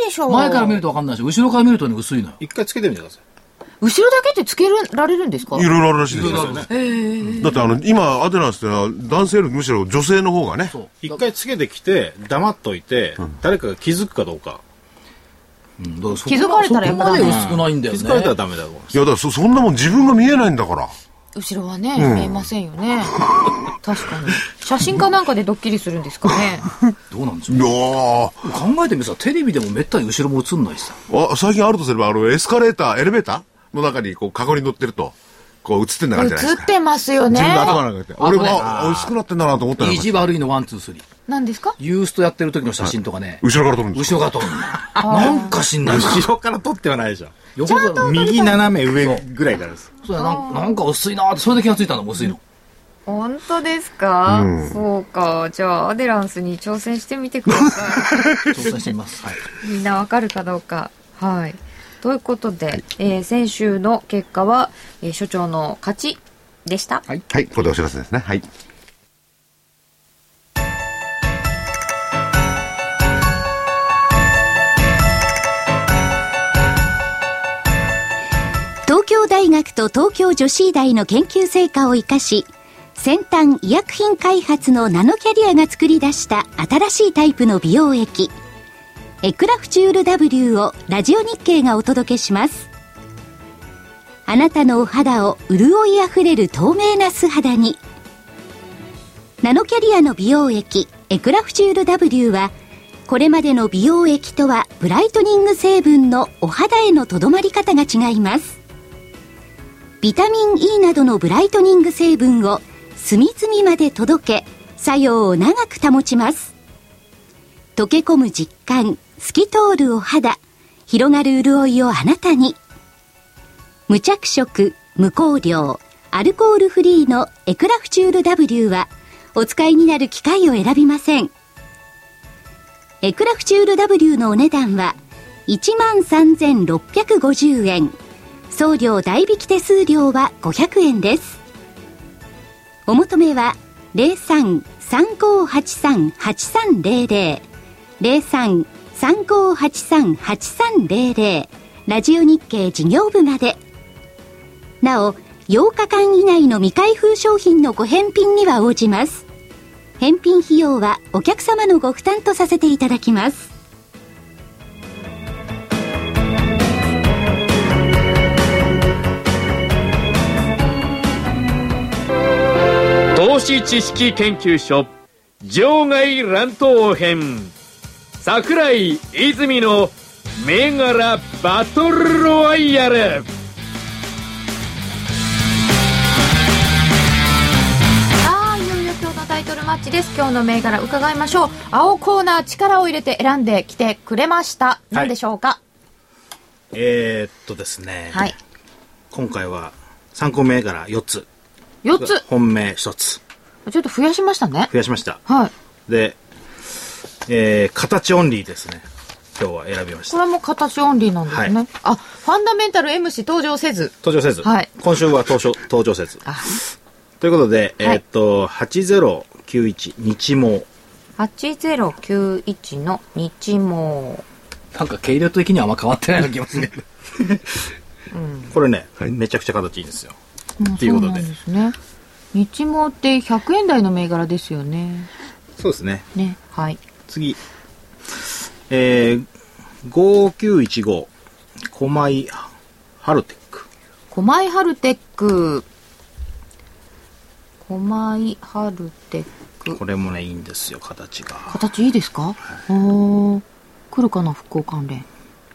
Speaker 1: でしょ
Speaker 2: 前から見る
Speaker 1: と。
Speaker 2: とわかんないし、後ろから見るとね、薄いのよ。
Speaker 5: 一回つけてみてください。
Speaker 1: 後ろだけってつけられるんですか
Speaker 4: いろいろあるらしいですよ。
Speaker 2: ね。
Speaker 4: だってあの、今、アデランスってのは男性よりむしろ女性の方がね。
Speaker 2: そう。
Speaker 5: 一回つけてきて、黙っといて、誰かが気づくかどうか。
Speaker 2: うんだらそこ
Speaker 1: 気づかれたらやっぱダメ
Speaker 2: そこまで薄くないんだよね。
Speaker 5: 気づかれたらダメだと思います。
Speaker 4: いや、だからそ、そんなもん自分が見えないんだから。
Speaker 1: 後ろはね、見えませんよ ね。確かに。写真かなんかでドッキリするんですかね。
Speaker 2: どうなんでしょ
Speaker 4: いやー
Speaker 2: う。考えてみさ、テレビでもめったに後ろも映んないしさ。
Speaker 4: あ最近あるとすれば、あの、エスカレーター、エレベーターの中に、こう、カゴに乗ってると、こう、映ってんだからじゃないで
Speaker 1: 映っ
Speaker 4: すか。
Speaker 1: てますよね
Speaker 4: 自。分の頭なんかって。俺も、
Speaker 2: 危ない
Speaker 4: あ、薄くなってんだなと思ったら、
Speaker 2: 意地悪いの、ワン、ツー、スリー。
Speaker 1: 何ですか
Speaker 2: ユースとやってる時の写真とかね、
Speaker 4: 後ろから撮るんです
Speaker 2: 後ろから撮るのなんか知んないな
Speaker 5: 後ろから取ってはないでしょ。
Speaker 2: 横から
Speaker 5: 右斜め上ぐらいからです。
Speaker 2: そうだなんなんか薄いなーって、それで気がついたんだもん、薄いの。
Speaker 1: 本当ですか、そうか。じゃあ、アデランスに挑戦してみてください。
Speaker 2: 挑戦してみます。はい。
Speaker 1: みんなわかるかどうか。はい。ということで、えー先週の結果は、えー所長の勝ちでした。
Speaker 4: はい。はい。これでお知らせですね。はい。
Speaker 7: 東京大学と東京女子医大の研究成果を生かし先端医薬品開発のナノキャリアが作り出した新しいタイプの美容液エクラフチュール W をラジオ日経がお届けしますあなたのお肌を潤いあふれる透明な素肌にナノキャリアの美容液エクラフチュール W はこれまでの美容液とはブライトニング成分のお肌へのとどまり方が違いますビタミン E などのブライトニング成分を隅々まで届け作用を長く保ちます溶け込む実感透き通るお肌広がる潤いをあなたに無着色無香料アルコールフリーのエクラフチュール W はお使いになる機会を選びませんエクラフチュール W のお値段は13,650円送料代引き手数料は500円ですお求めは03-3583-8300 03-3583-8300ラジオ日経事業部までなお8日間以内の未開封商品のご返品には応じます返品費用はお客様のご負担とさせていただきます
Speaker 8: 投資知識研究所場外乱闘編桜井泉の銘柄バトルロワイヤル
Speaker 6: ああいよいよ今日のタイトルマッチです今日の銘柄伺いましょう青コーナー力を入れて選んできてくれました何でしょうか
Speaker 5: えー、っとですね。
Speaker 1: はい。
Speaker 5: 今回は参考銘柄4つ。
Speaker 1: 4つ。
Speaker 5: 本命1つ。
Speaker 1: ちょっと増やしましたね。
Speaker 5: 増やしました。
Speaker 1: はい。
Speaker 5: で、えー、形オンリーですね。今日は選びまし
Speaker 1: こ
Speaker 5: た。
Speaker 1: れも形オンリーなんですね。
Speaker 5: はい
Speaker 1: あ、ファンダメンタル M 氏登場せず。
Speaker 5: 登場せず。
Speaker 1: はい
Speaker 5: 今週は登場登場せず。
Speaker 1: あ、
Speaker 5: ということで、え
Speaker 1: はい
Speaker 5: ーっと、8091日毛。
Speaker 1: 8091の日毛。
Speaker 2: なんか軽量的にはあんま変わってないような気がするね。
Speaker 5: これね、めちゃくちゃ形いいんですよ。っていうことで
Speaker 1: そうなんですね。日毛って100円台の銘柄ですよね。
Speaker 5: そうですね。
Speaker 1: ね。はい。
Speaker 5: 次。えー、5915。狛井ハルテック。
Speaker 1: 狛江ハルテック。狛江ハルテック。
Speaker 5: これもね、いいんですよ、形が。
Speaker 1: 形いいですかおー。来るかな、復興関連。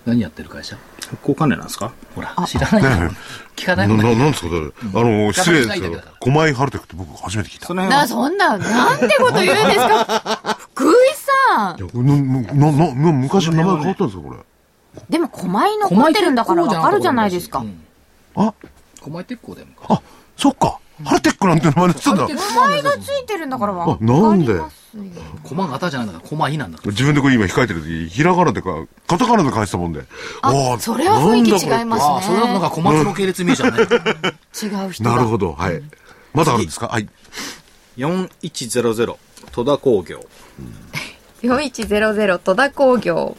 Speaker 2: 何やってる会社
Speaker 5: 復興関連なんですか
Speaker 2: ほら、知らないから。聞かな
Speaker 4: ない
Speaker 2: もん
Speaker 4: な
Speaker 2: ね。
Speaker 4: なんですかそれあの、失礼で
Speaker 2: やっぱりないんだ
Speaker 4: すけど
Speaker 2: けど、
Speaker 4: 狛江春テクって僕初めて聞いた。
Speaker 5: その辺
Speaker 9: な、
Speaker 5: は、
Speaker 9: そんな、なんてこと言うんですか福井さん
Speaker 4: いやなななな昔名前変わったんですかこれ。
Speaker 9: でも、狛江残ってるんだからわかるじゃないですか。
Speaker 4: あ、
Speaker 2: 狛江鉄工でもか。
Speaker 4: あ、そっか。ハルテックなんて名前にしてたんだ。
Speaker 9: 狛江がついてるんだからわか
Speaker 4: あ、
Speaker 9: り
Speaker 4: な
Speaker 9: ます
Speaker 4: んで
Speaker 9: よ
Speaker 2: 駒形じゃないんだから、駒井なんだか
Speaker 4: 自分でこれ今控えてる時、ひらがなでか、カタカナで書いてたもんで。
Speaker 9: あ
Speaker 4: ー
Speaker 9: それは雰囲気違い
Speaker 4: なんだこ
Speaker 2: ら。
Speaker 4: れ
Speaker 2: ああ、
Speaker 9: ます
Speaker 2: それはなんか
Speaker 9: ね。
Speaker 2: 小松の系列名じゃない。
Speaker 9: 違う人
Speaker 4: な
Speaker 9: が
Speaker 4: るほど。はい。まだあるんですかはい。
Speaker 5: 4100戸田工業。
Speaker 1: 4100戸田工業。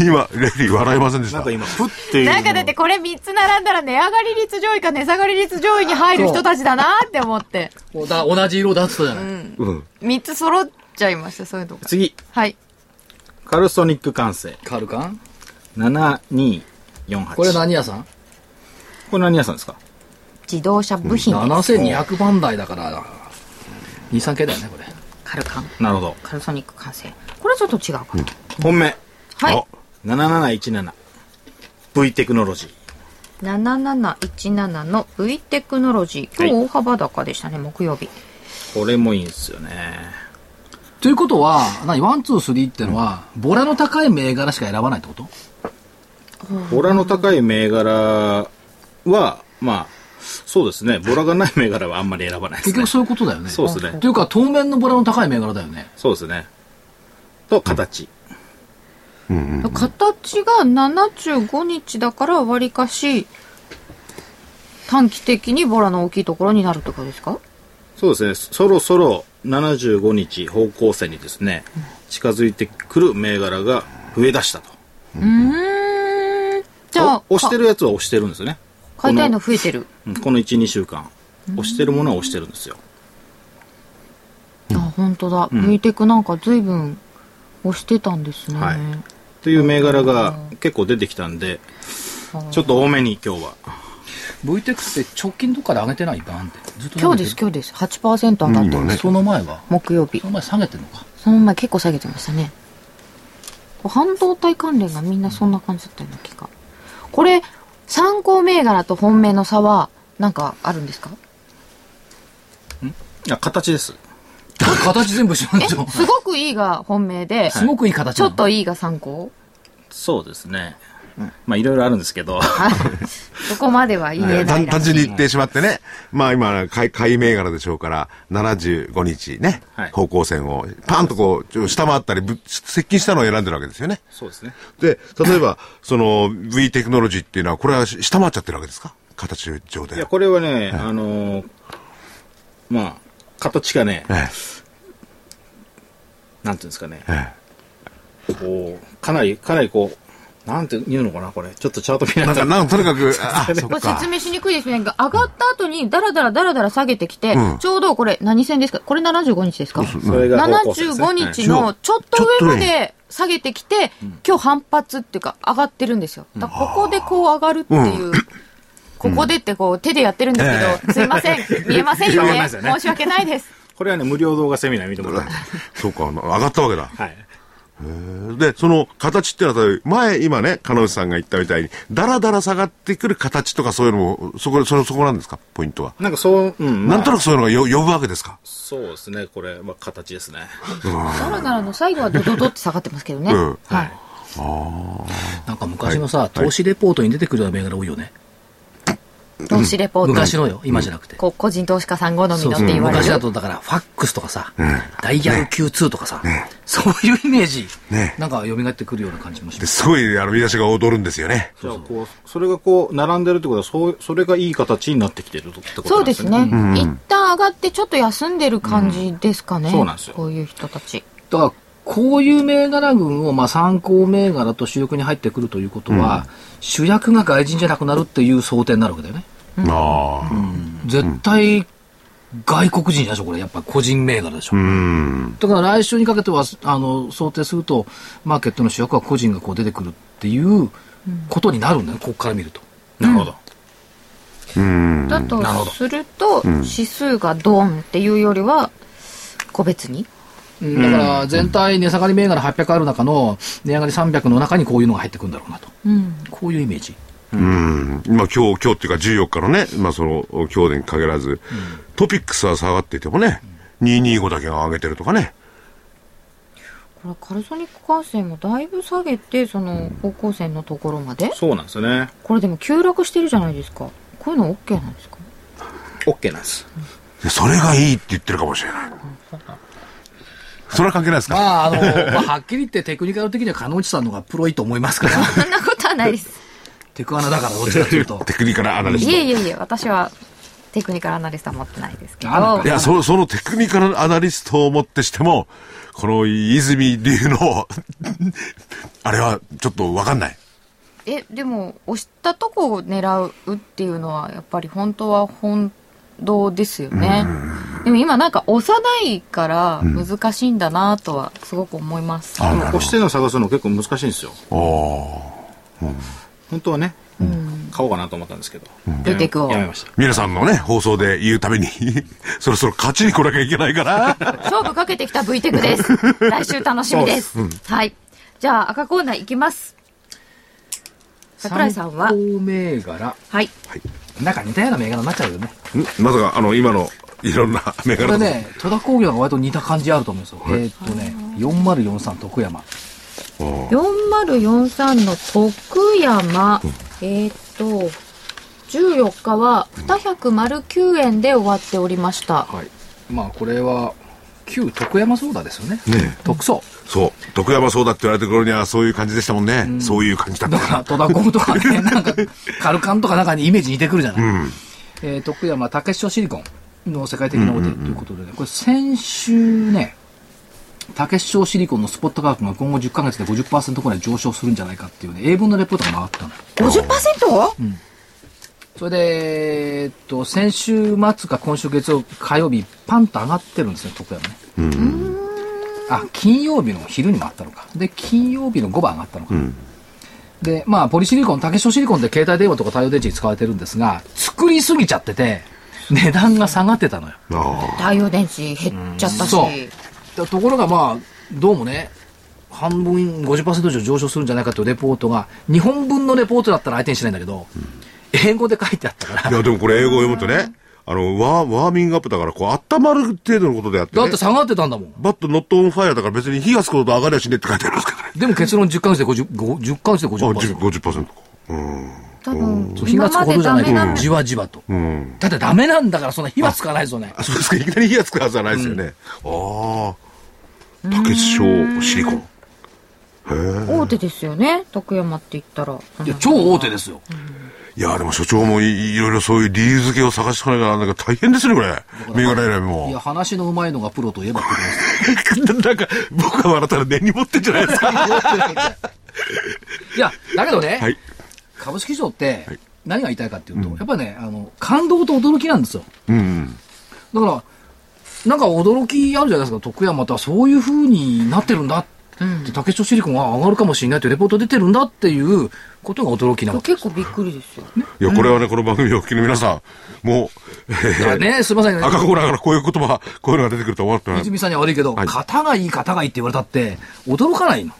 Speaker 4: 今、レディー笑いませんでし
Speaker 5: な
Speaker 4: た
Speaker 5: んか。今、ふっていうのを。
Speaker 9: なんかだってこれ3つ並んだら値上がり率上位か値下がり率上位に入る人たちだなって思って。
Speaker 2: もうだ同じ色だってたじゃない。
Speaker 4: うん。
Speaker 9: 3つ揃っちゃいました、そういうとこ。
Speaker 5: 次、
Speaker 9: はい。
Speaker 5: カルソニック完成。
Speaker 2: カルカン
Speaker 5: 7248。
Speaker 2: これ何屋さん
Speaker 5: これ何屋さんですか
Speaker 1: 自動車部品です。
Speaker 2: ?7200 番台だから、23系だよね、これ。
Speaker 1: カルカン。
Speaker 5: なるほど。
Speaker 1: カルソニック完成。これはちょっと違うかな。
Speaker 5: 本命。
Speaker 1: はい。
Speaker 5: 7717。V テクノロジー。
Speaker 1: 7717の V テクノロジー。今日
Speaker 5: は
Speaker 1: 大幅高でしたね、木曜日。
Speaker 5: これもいいんですよね。
Speaker 2: ということは、何、ワン、ツー、スリーってのは、ボラの高い銘柄しか選ばないってこと
Speaker 5: ボラの高い銘柄は、まあ、そうですね。ボラがない銘柄はあんまり選ばないです
Speaker 2: 結
Speaker 5: ね
Speaker 2: 局。そういうことだよね。
Speaker 5: そうですね
Speaker 2: と。いうか、当面のボラの高い銘柄だよね。
Speaker 5: そうですね。と、形。
Speaker 1: 形が75日だから、わりかし、短期的にボラの大きいところになるってことですか
Speaker 5: そうですね。そろそろ75日方向線にですね、近づいてくる銘柄が増え出したと。
Speaker 1: うーん。じゃあ、
Speaker 5: お押してるやつは押してるんですよね。
Speaker 1: か買いたいの増えてる。
Speaker 5: うんこの1、2週間。押してるものは押してるんですよ。
Speaker 1: あ、本当だ。
Speaker 5: ん
Speaker 1: V テクなんか随分押してたんですね。
Speaker 5: はいという銘柄が結構出てきたんで、ちょっと多めに今日は。
Speaker 2: VTEC って直近とかで上げてないバーンって。ずっと上
Speaker 1: 今日
Speaker 2: げ
Speaker 1: で
Speaker 2: て
Speaker 1: す
Speaker 2: る、
Speaker 1: 今日です。8%上がってます。
Speaker 2: その前は
Speaker 1: 木曜日
Speaker 2: そ。の前下げてんのか。
Speaker 1: その前結構下げてましたね。半導体関連がみんなそんな感じだったような気が。これ、参考銘柄と本命の差は、なんかあるんですか
Speaker 5: いや、形です。
Speaker 2: 形全部知らんでしょ。
Speaker 1: すごくいいが本命で、
Speaker 2: すごくいい形
Speaker 1: ち
Speaker 2: な
Speaker 1: ょ
Speaker 2: の
Speaker 1: っといいが参考
Speaker 5: そうですね。まあ、いろいろあるんですけど。
Speaker 1: そこまでは言えない
Speaker 4: 単
Speaker 1: ら
Speaker 4: 単
Speaker 1: し
Speaker 4: 純に
Speaker 1: い
Speaker 4: 言ってしまってね。まあ今、買い、買い銘柄でしょうから、75日ね
Speaker 5: はい。
Speaker 4: 方向線を、パンとこうちょ、下回ったり、ぶ接近したのを選んでるわけですよね。
Speaker 5: そうですね。
Speaker 4: で、例えば、その、V テクノロジーっていうのは、これは下回っちゃってるわけですか形上
Speaker 5: い
Speaker 4: で
Speaker 5: や、。これはね、あのーまあ、形がね、
Speaker 4: ええ
Speaker 5: なんていうんですかね、
Speaker 4: え
Speaker 5: こう、かなり、かなりこう、なんていうのかな、これ。ちょっとチャート見
Speaker 4: え。
Speaker 5: な
Speaker 4: なん
Speaker 5: が
Speaker 4: か、
Speaker 5: ら。
Speaker 4: なんかとにかく、あ、そ
Speaker 1: これ
Speaker 4: っか
Speaker 1: 説。明しにくいですね。上がった後にダラダラダラダラ下げてきて、
Speaker 4: うん
Speaker 1: ちょうどこれ何線ですかこれ75日ですか
Speaker 5: それが方向性ですね
Speaker 1: 75日のちょっと上まで下げてきて、今日反発っていうか上がってるんですよ。だからここでこう上がるっていう。ここでってこう手でやってるんですけど、すいません。見えませんよ
Speaker 5: 見え
Speaker 1: ね。
Speaker 5: ませんね
Speaker 1: 申し訳ないです。
Speaker 5: これはね、無料動画セミナー見てもらって。
Speaker 4: そうか、な上がったわけだ。
Speaker 5: はい。
Speaker 4: で、その形っていうのは、前、今ね、金内さんが言ったみたいに、だらだら下がってくる形とかそういうのも、そこ、それそこなんですかポイントは。
Speaker 5: なんかそう、うん、まあ
Speaker 4: なんとなくそういうのがよ呼ぶわけですか
Speaker 5: そうですね、これ、まあ、形ですね。
Speaker 1: ダラダラの最後はドドドって下がってますけどね。
Speaker 4: うん
Speaker 1: はい。
Speaker 2: なんか昔の
Speaker 4: は
Speaker 2: さ、
Speaker 4: いはい
Speaker 2: 投資レポートに出てくるような銘柄多いよね。
Speaker 1: 投資レポート。
Speaker 2: 昔のよ、今じゃなくて。
Speaker 1: こう個人投資家さん好みのって
Speaker 2: そうそう
Speaker 1: 言われ
Speaker 2: 昔
Speaker 1: る
Speaker 2: だ。とだから、ファックスとかさ、ダイヤル Q2 とかさ、そういうイメージ、
Speaker 4: ね
Speaker 2: なんか蘇ってくるような感じもし
Speaker 4: で、
Speaker 2: ます。
Speaker 4: すごい、あの、見出しが踊るんですよね。
Speaker 5: じゃあ、こう、それがこう、並んでるってことは、そう、それがいい形になってきてるってこと
Speaker 1: そ
Speaker 5: な
Speaker 1: うん
Speaker 5: で
Speaker 1: ですす
Speaker 5: ね。
Speaker 1: ね、一旦上がってちょっと休んでる感じですかね、
Speaker 5: うんそうなんですよ
Speaker 1: こういう人たち
Speaker 2: だから、こういう銘柄群を、まあ、参考銘柄と主力に入ってくるということは、主役が外人じゃなくなるっていう想定になるわけだよね。
Speaker 4: ああ。
Speaker 2: 絶対、外国人でしょ、これ。やっぱ個人銘柄でしょ。
Speaker 4: うん。
Speaker 2: だから来週にかけては、あの、想定すると、マーケットの主役は個人がこう出てくるっていうことになるんだよ、ここから見ると。
Speaker 5: なるほど。
Speaker 4: うん。
Speaker 1: だとすると指数がドーンっていうよりは個別に
Speaker 2: うんだから全体値下がり銘柄800ある中の値上がり300の中にこういうのが入ってくるんだろうなと、こういうイメージ
Speaker 4: うん、まあ今日、今日っていうか14日のね、まあその今日に限らず、トピックスは下がっていてもね、225だけが上げてるとかね。
Speaker 1: これカルソニック感染もだいぶ下げてその方向線のところまで、
Speaker 5: そうなんですよね。
Speaker 1: これでも急落してるじゃないですかこういうの OK なんですか
Speaker 5: OK なんです。
Speaker 4: でそれがいいって言ってるかもしれない。それは関係ないですか、
Speaker 2: まあ あのまあはっきり言ってテクニカル的には鹿野内さんの方がプロいいと思いますから
Speaker 1: そんなことはないです
Speaker 2: テクアナだからどっちかというと
Speaker 4: テクニカルアナリスト。
Speaker 1: いえいえいえ私はテクニカルアナリストは持ってないですけど
Speaker 2: あ
Speaker 4: いや、その、そのテクニカルアナリストをもってしても、この泉流の、 あれはちょっとわかんない。
Speaker 1: えでも押したとこを狙うっていうのはやっぱり本当は本当ですよねでも今なんか押さないから難しいんだなとはすごく思います、
Speaker 5: でも押してるの探すの結構難しいんですよ。
Speaker 4: お
Speaker 5: 本当はね、買おうかなと思ったんですけど。
Speaker 1: 出てくを
Speaker 5: やめました。
Speaker 4: 皆さんのね、放送で言うために、 そろそろ勝ちに来なきゃいけないから。
Speaker 1: 勝負かけてきた VTEC です。来週楽しみです。はい。じゃあ赤コーナー行きます。桜井さんは
Speaker 2: 参、考銘柄
Speaker 1: はい。
Speaker 2: なんか似たような銘柄になっちゃうよね
Speaker 4: ん まさか、あの、今の、いろんな銘
Speaker 2: こ
Speaker 4: 柄
Speaker 2: れ
Speaker 4: の
Speaker 2: ね戸田工業が割と似た感じあると思うんですよえーっとね4043徳山
Speaker 1: 4043の徳山、えーっと、14日は209円で終わっておりました。
Speaker 2: はいまあこれは旧徳山ソーダですよね
Speaker 4: ね
Speaker 2: 特捜
Speaker 4: そう。徳山そうだって言われた頃にはそういう感じでしたもんね。そういう感じだった
Speaker 2: だか
Speaker 4: から
Speaker 2: 戸田工業とかねなんかカルカンとかなんかにイメージ似てくるじゃない、えー徳山竹塩シリコンの世界的な大手ということでね、これ先週ね竹塩シリコンのスポット価格が今後10ヶ月で50%くらい上昇するんじゃないかっていうね英文のレポートが回ったの
Speaker 1: 50%?
Speaker 2: それで、えーっと、先週末か今週月曜、火曜日、パンと上がってるんですね、徳山ね。あ、金曜日の昼にもあったのか。で、金曜日の5番上がったのか。で、まあ、ポリシリコン、竹塩シリコンって携帯電話とか太陽電池に使われてるんですが、作りすぎちゃってて、値段が下がってたのよ。
Speaker 4: ら。 ああ
Speaker 1: 太陽電池減っちゃったし。
Speaker 2: そう。ところがまあ、どうもね、半分50%以上上昇するんじゃないかというレポートが、日本分のレポートだったら相手にしないんだけど、英語で書いてあったから
Speaker 4: い、や、でもこれ英語を読むとね、あの、ワーワーミングアップだから、こう、温まる程度のことであっ て、
Speaker 2: だ
Speaker 4: ね。
Speaker 2: って下がってたんだもん。
Speaker 4: バットノットオンファイアだから別に火がつくことと上がりはしねえって書いてあるんですけどね。
Speaker 2: でも結論10ヶ月で50、50ヶ月で
Speaker 4: あ、10
Speaker 2: 50%。
Speaker 4: 50%か。うん。
Speaker 1: 多分
Speaker 2: そう、火が
Speaker 1: 今
Speaker 2: つく
Speaker 1: ま
Speaker 2: ほ
Speaker 1: で
Speaker 2: どじゃ
Speaker 1: ダ
Speaker 2: ない
Speaker 1: メ
Speaker 2: け
Speaker 1: な
Speaker 2: ど、
Speaker 1: の
Speaker 2: じわじわと。
Speaker 4: うん。
Speaker 2: だってダメなんだから、そんな火はつかないですよね。
Speaker 4: あ、そうですか。いきなり火がつくはずはないですよね。ああ。竹塩シリコン。
Speaker 1: 大手ですよね。徳山って言ったら。
Speaker 2: いや、超大手ですよ。
Speaker 4: いや、でも所長もいいろいろそういう理由付けを探してこないから、なんか大変ですね、これ。銘柄選び
Speaker 2: いや、
Speaker 4: も。
Speaker 2: 話のうまいのがプロといえばプロです。
Speaker 4: なんか、僕が笑ったら根に持ってんじゃないですか。
Speaker 2: いや、だけどね、
Speaker 4: はい。
Speaker 2: 株式市場って、何が言いたいかっていうと、やっぱね、あの、感動と驚きなんですよ。
Speaker 4: うん。
Speaker 2: だから、なんか驚きあるじゃないですか、徳山とはそういう風になってるんだって、竹町シリコンが上がるかもしれないというレポート出てるんだっていうことが驚きなの。
Speaker 1: 結構びっくりですよ。
Speaker 4: いや、これはね、この番組をお聞きの皆さん、もう、え
Speaker 2: だから
Speaker 4: ー
Speaker 2: ね、すいませんね。
Speaker 4: 赤コーナーからこういう言葉、こういうのが出てくると思ってない。
Speaker 2: 泉さんには悪いけど、
Speaker 4: はい
Speaker 2: 型がいい型がいいって言われたって驚かないの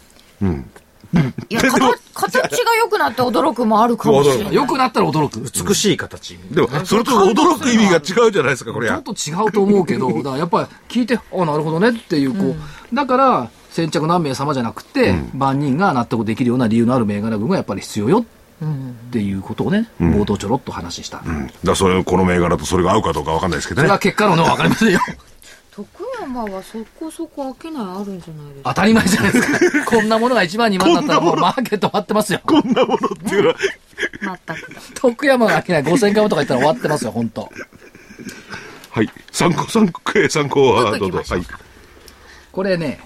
Speaker 1: いや、形形が良くなって驚くもあるかもしれない。
Speaker 2: 良くなったら驚くち
Speaker 5: 美しい形。
Speaker 4: でも、それと驚く意味が違うじゃないですか、これ
Speaker 2: ょっと違うと思う けどだからやっぱり聞いてあなるほどねっていうこう、だから先着何名様じゃなくて、万人が納得できるような理由のある銘柄群がやっぱり必要よっていうことをね、冒頭ちょろっと話した、
Speaker 4: だからそれ、この銘柄とそれが合うかどうかわかんないですけど
Speaker 2: それ
Speaker 4: ね
Speaker 2: は。結果論の分かりませんよ
Speaker 1: 徳山はそこそこ商いあるんじゃないです か
Speaker 2: 当たり前じゃないですかこんなものが1万2万だったらもうマーケット終わってますよ
Speaker 4: こんなものっていうのは、
Speaker 1: 全くだ
Speaker 2: 徳山が商い5000株とか言ったら終わってますよ本当
Speaker 4: はい。参考、参考、えー参考は、どうぞ。
Speaker 1: ち
Speaker 4: は
Speaker 1: ょ
Speaker 4: い。
Speaker 2: これね、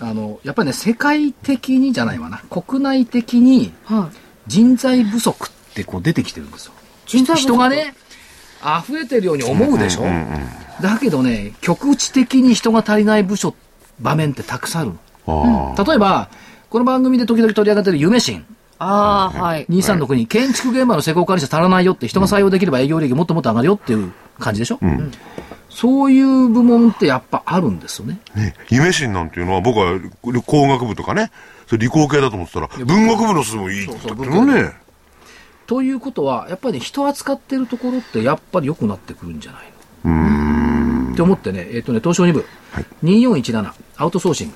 Speaker 2: あの、やっぱりね、世界的にじゃないわな、国内的に
Speaker 1: はい
Speaker 2: 人材不足ってこう出てきてるんですよ。
Speaker 1: 人材不足
Speaker 2: 人がね、溢れてるように思うでしょ、だけどね、局地的に人が足りない部署、場面ってたくさんあるの。例えば、この番組で時々取り上がってる夢新
Speaker 1: ああはい
Speaker 2: 236に建築現場の施工管理者足らないよって人が採用できれば営業利益もっともっと上がるよっていう感じでしょ、そういう部門ってやっぱあるんですよね。
Speaker 4: ね、夢心なんていうのは僕は工学部とかね、それ理工系だと思ってたら、文学部の人もいいって言ってるのね。
Speaker 2: ということは、やっぱり、ね、人扱ってるところってやっぱり良くなってくるんじゃないのって思ってね、えっ、とね、東証2部、2417、アウトソーシング、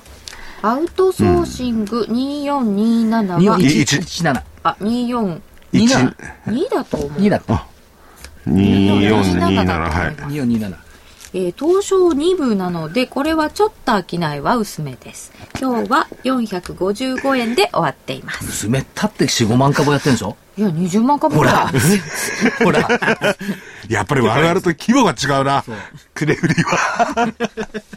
Speaker 1: アウトソーシング2427は、
Speaker 2: 2417、
Speaker 1: あ、24、
Speaker 2: 27、
Speaker 1: 2だと思う。
Speaker 2: 2だった。
Speaker 4: 2427、はい。
Speaker 2: 2427。
Speaker 1: えー、東証2部なので、これはちょっと商いは薄めです。今日は455円で終わっています。
Speaker 2: 薄めったって4、5万株やってるんでしょ
Speaker 1: いや、20万株ぐ らい。
Speaker 2: ほら、
Speaker 4: やっぱり我々と規模が違うな。クレフリーは。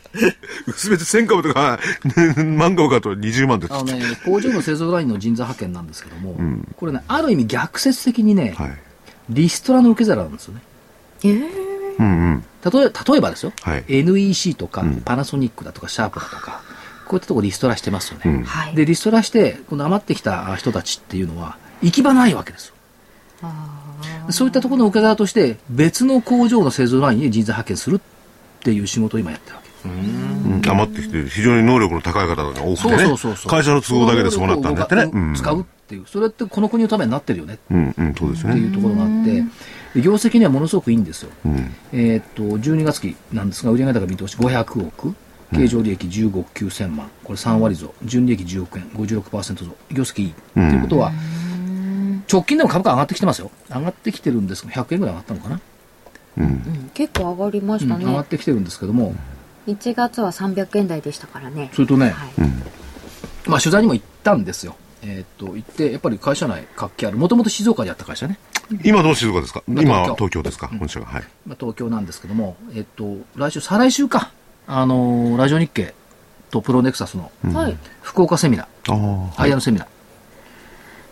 Speaker 4: 薄めて1000株とか、ね万株かと20万です
Speaker 2: あ。のね、工場の製造ラインの人材派遣なんですけども、これね、ある意味逆説的にね、
Speaker 4: はい。
Speaker 2: リストラの受け皿なんですよね。
Speaker 1: えー
Speaker 4: うんうん。
Speaker 2: 例え例えばですよ、
Speaker 4: はい
Speaker 2: NEC とか、パナソニックだとか、シャープだとか、こういったところリストラしてますよね。
Speaker 1: はい。
Speaker 2: で、リストラして、この余ってきた人たちっていうのは、行き場ないわけですよ。そういったところの受け皿として、別の工場の製造ラインへ人材派遣するっていう仕事を今やってるわけ。
Speaker 4: 余ってきて、非常に能力の高い方が多くてね。
Speaker 2: そうそうそうそう
Speaker 4: 会社の都合だけでそうなったんだってね。
Speaker 2: うん使うっていう、それってこの国のためになってるよねっ
Speaker 4: うんうん、そうです
Speaker 2: て
Speaker 4: ね。
Speaker 2: いうところがあって、で業績にはものすごくいいんですよ。
Speaker 4: うん。
Speaker 2: えーっと、12月期なんですが、売上高見通し500億、経常利益15億9000万、これ3割増、純利益10億円、56%増、業績いい。ということは、直近でも株価上がってきてますよ。上がってきてるんですが、100円ぐらい上がったのかな、
Speaker 1: 結構上がりました
Speaker 2: うん上が
Speaker 1: ね
Speaker 2: っ。てきてるんですけども、
Speaker 1: 1月は300円台でしたからね。
Speaker 2: それとね、
Speaker 1: はい。
Speaker 2: まあ、取材にも行ったんですよ。えーっと、行って、やっぱり会社内活気ある、もともと静岡でやった会社ね、
Speaker 4: 今どう静岡ですか
Speaker 2: 今
Speaker 4: 今
Speaker 2: 東
Speaker 4: 東京ですか本社が。はい。
Speaker 2: まあ、東京なんですけども、えーっと、来週、再来週か、あのーラジオ日経とプロネクサスの
Speaker 1: はい。
Speaker 2: 福岡セミナー、
Speaker 4: ああ。
Speaker 2: アイアンセミナー、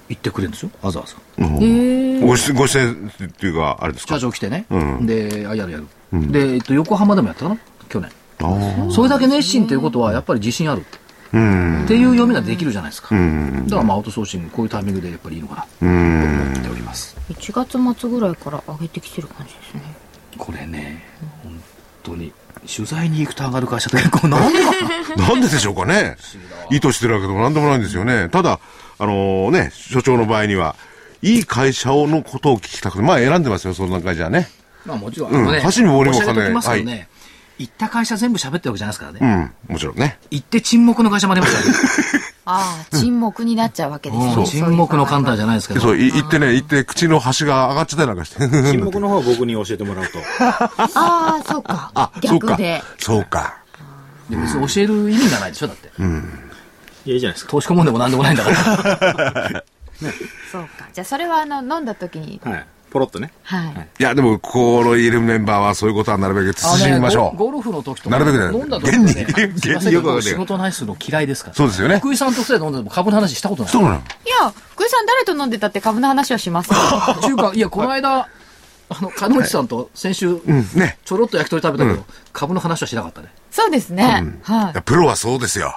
Speaker 2: 行ってくれるんですよ、わざわざ。
Speaker 4: うんご出ご出演っていうか、あれですか
Speaker 2: 社長来てね、
Speaker 4: うん
Speaker 2: で、IR やる、で、えっと、横浜でもやったかな、去年。
Speaker 4: ああ。
Speaker 2: それだけ熱心ということは、やっぱり自信ある
Speaker 4: うん。
Speaker 2: っていう読みができるじゃないですか。
Speaker 4: うん。
Speaker 2: だから、まあ、アウトソーシング、こういうタイミングでやっぱりいいのかなと
Speaker 4: うん。
Speaker 2: 思っております。
Speaker 1: 1月末ぐらいから上げてきてる感じですね。
Speaker 2: これね、本当に、取材に行くと上がる会社って結構なん でかな
Speaker 4: なんででしょうかね。意図してるわけでも何でもないんですよね。ただ、あのね、所長の場合には、いい会社をのことを聞きたくて、まあ選んでますよ、その段階じゃね。
Speaker 2: まあ、もちろん、
Speaker 4: うん
Speaker 2: あのね
Speaker 4: 箸にも棒にも
Speaker 2: 申し上げておきますけど
Speaker 4: は
Speaker 2: ね、行った会社全部喋ってるわけじゃないですからね。
Speaker 4: うん、もちろんね。
Speaker 2: 行って沈黙の会社もありますからね。
Speaker 1: ああ、沈黙になっちゃうわけですね。
Speaker 2: うん沈黙の艦隊じゃないですけど。
Speaker 4: そう、い行ってね、行って口の端が上がっちゃったりなんかして。
Speaker 5: 沈黙の方は僕に教えてもら うと。
Speaker 1: ああ、そうか。
Speaker 4: あ、そう
Speaker 1: 逆
Speaker 4: か
Speaker 1: で。。
Speaker 4: そうか。
Speaker 2: で別に教える意味がないでしょ、だって。
Speaker 5: いや、いいじゃないですか。
Speaker 2: 投資家もんでもなんでもないんだ から。
Speaker 1: そうか。じゃあ、それは、あの、飲んだ時に。
Speaker 5: はい。ポロッとね。
Speaker 1: はい。
Speaker 4: いや、でも、このいるメンバーはそういうことはなるべく慎みましょ
Speaker 2: あのね
Speaker 4: う。
Speaker 2: ゴゴルフの時とか、
Speaker 4: なるべくね
Speaker 2: 飲んだ時とかね
Speaker 4: 現に
Speaker 2: あすいません
Speaker 4: 現によくわかんない
Speaker 2: 仕事の話するの嫌いですから。
Speaker 4: そうですよね
Speaker 2: 福井さんと二人で飲んでも株の話したことない。
Speaker 4: そうなの。
Speaker 1: いや、福井さん誰と飲んでたって株の話はし ますよ。
Speaker 2: っていうか、いや、この間、あの、金持ちさんと先週、
Speaker 4: うん、ね。
Speaker 2: ちょろっと焼き鳥食べたけ
Speaker 4: う
Speaker 2: ど、株の話はしなかったね。
Speaker 1: そうですね。はい
Speaker 4: いや。プロはそうですよ。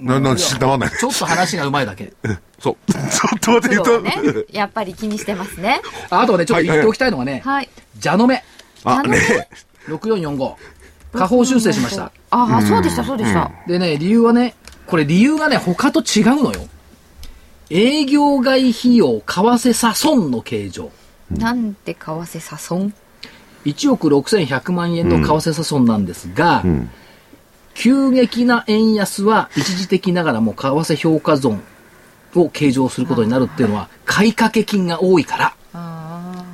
Speaker 4: な、な、し、黙んないで。
Speaker 2: ちょっと話がうまいだけ。
Speaker 4: そう。 ちょっと待って、
Speaker 1: プロ
Speaker 4: 言った
Speaker 1: は。ね、やっぱり気にしてますね。
Speaker 2: ああとね、ちょっと言っておきたいのがね、
Speaker 1: はい。
Speaker 2: ジャノメ、
Speaker 4: あ、ね。
Speaker 2: 6445、下方修正しました。
Speaker 1: ああ、そうでした、そうでした。
Speaker 2: でね、理由はね、これ理由がね、他と違うのよ。営業外費用、為替差損の計上。
Speaker 1: なんて為替差損
Speaker 2: 1億6100万円の為替差損なんですが、急激な円安は一時的ながらも為替評価損を計上することになるっていうのは、買い掛け金が多いから。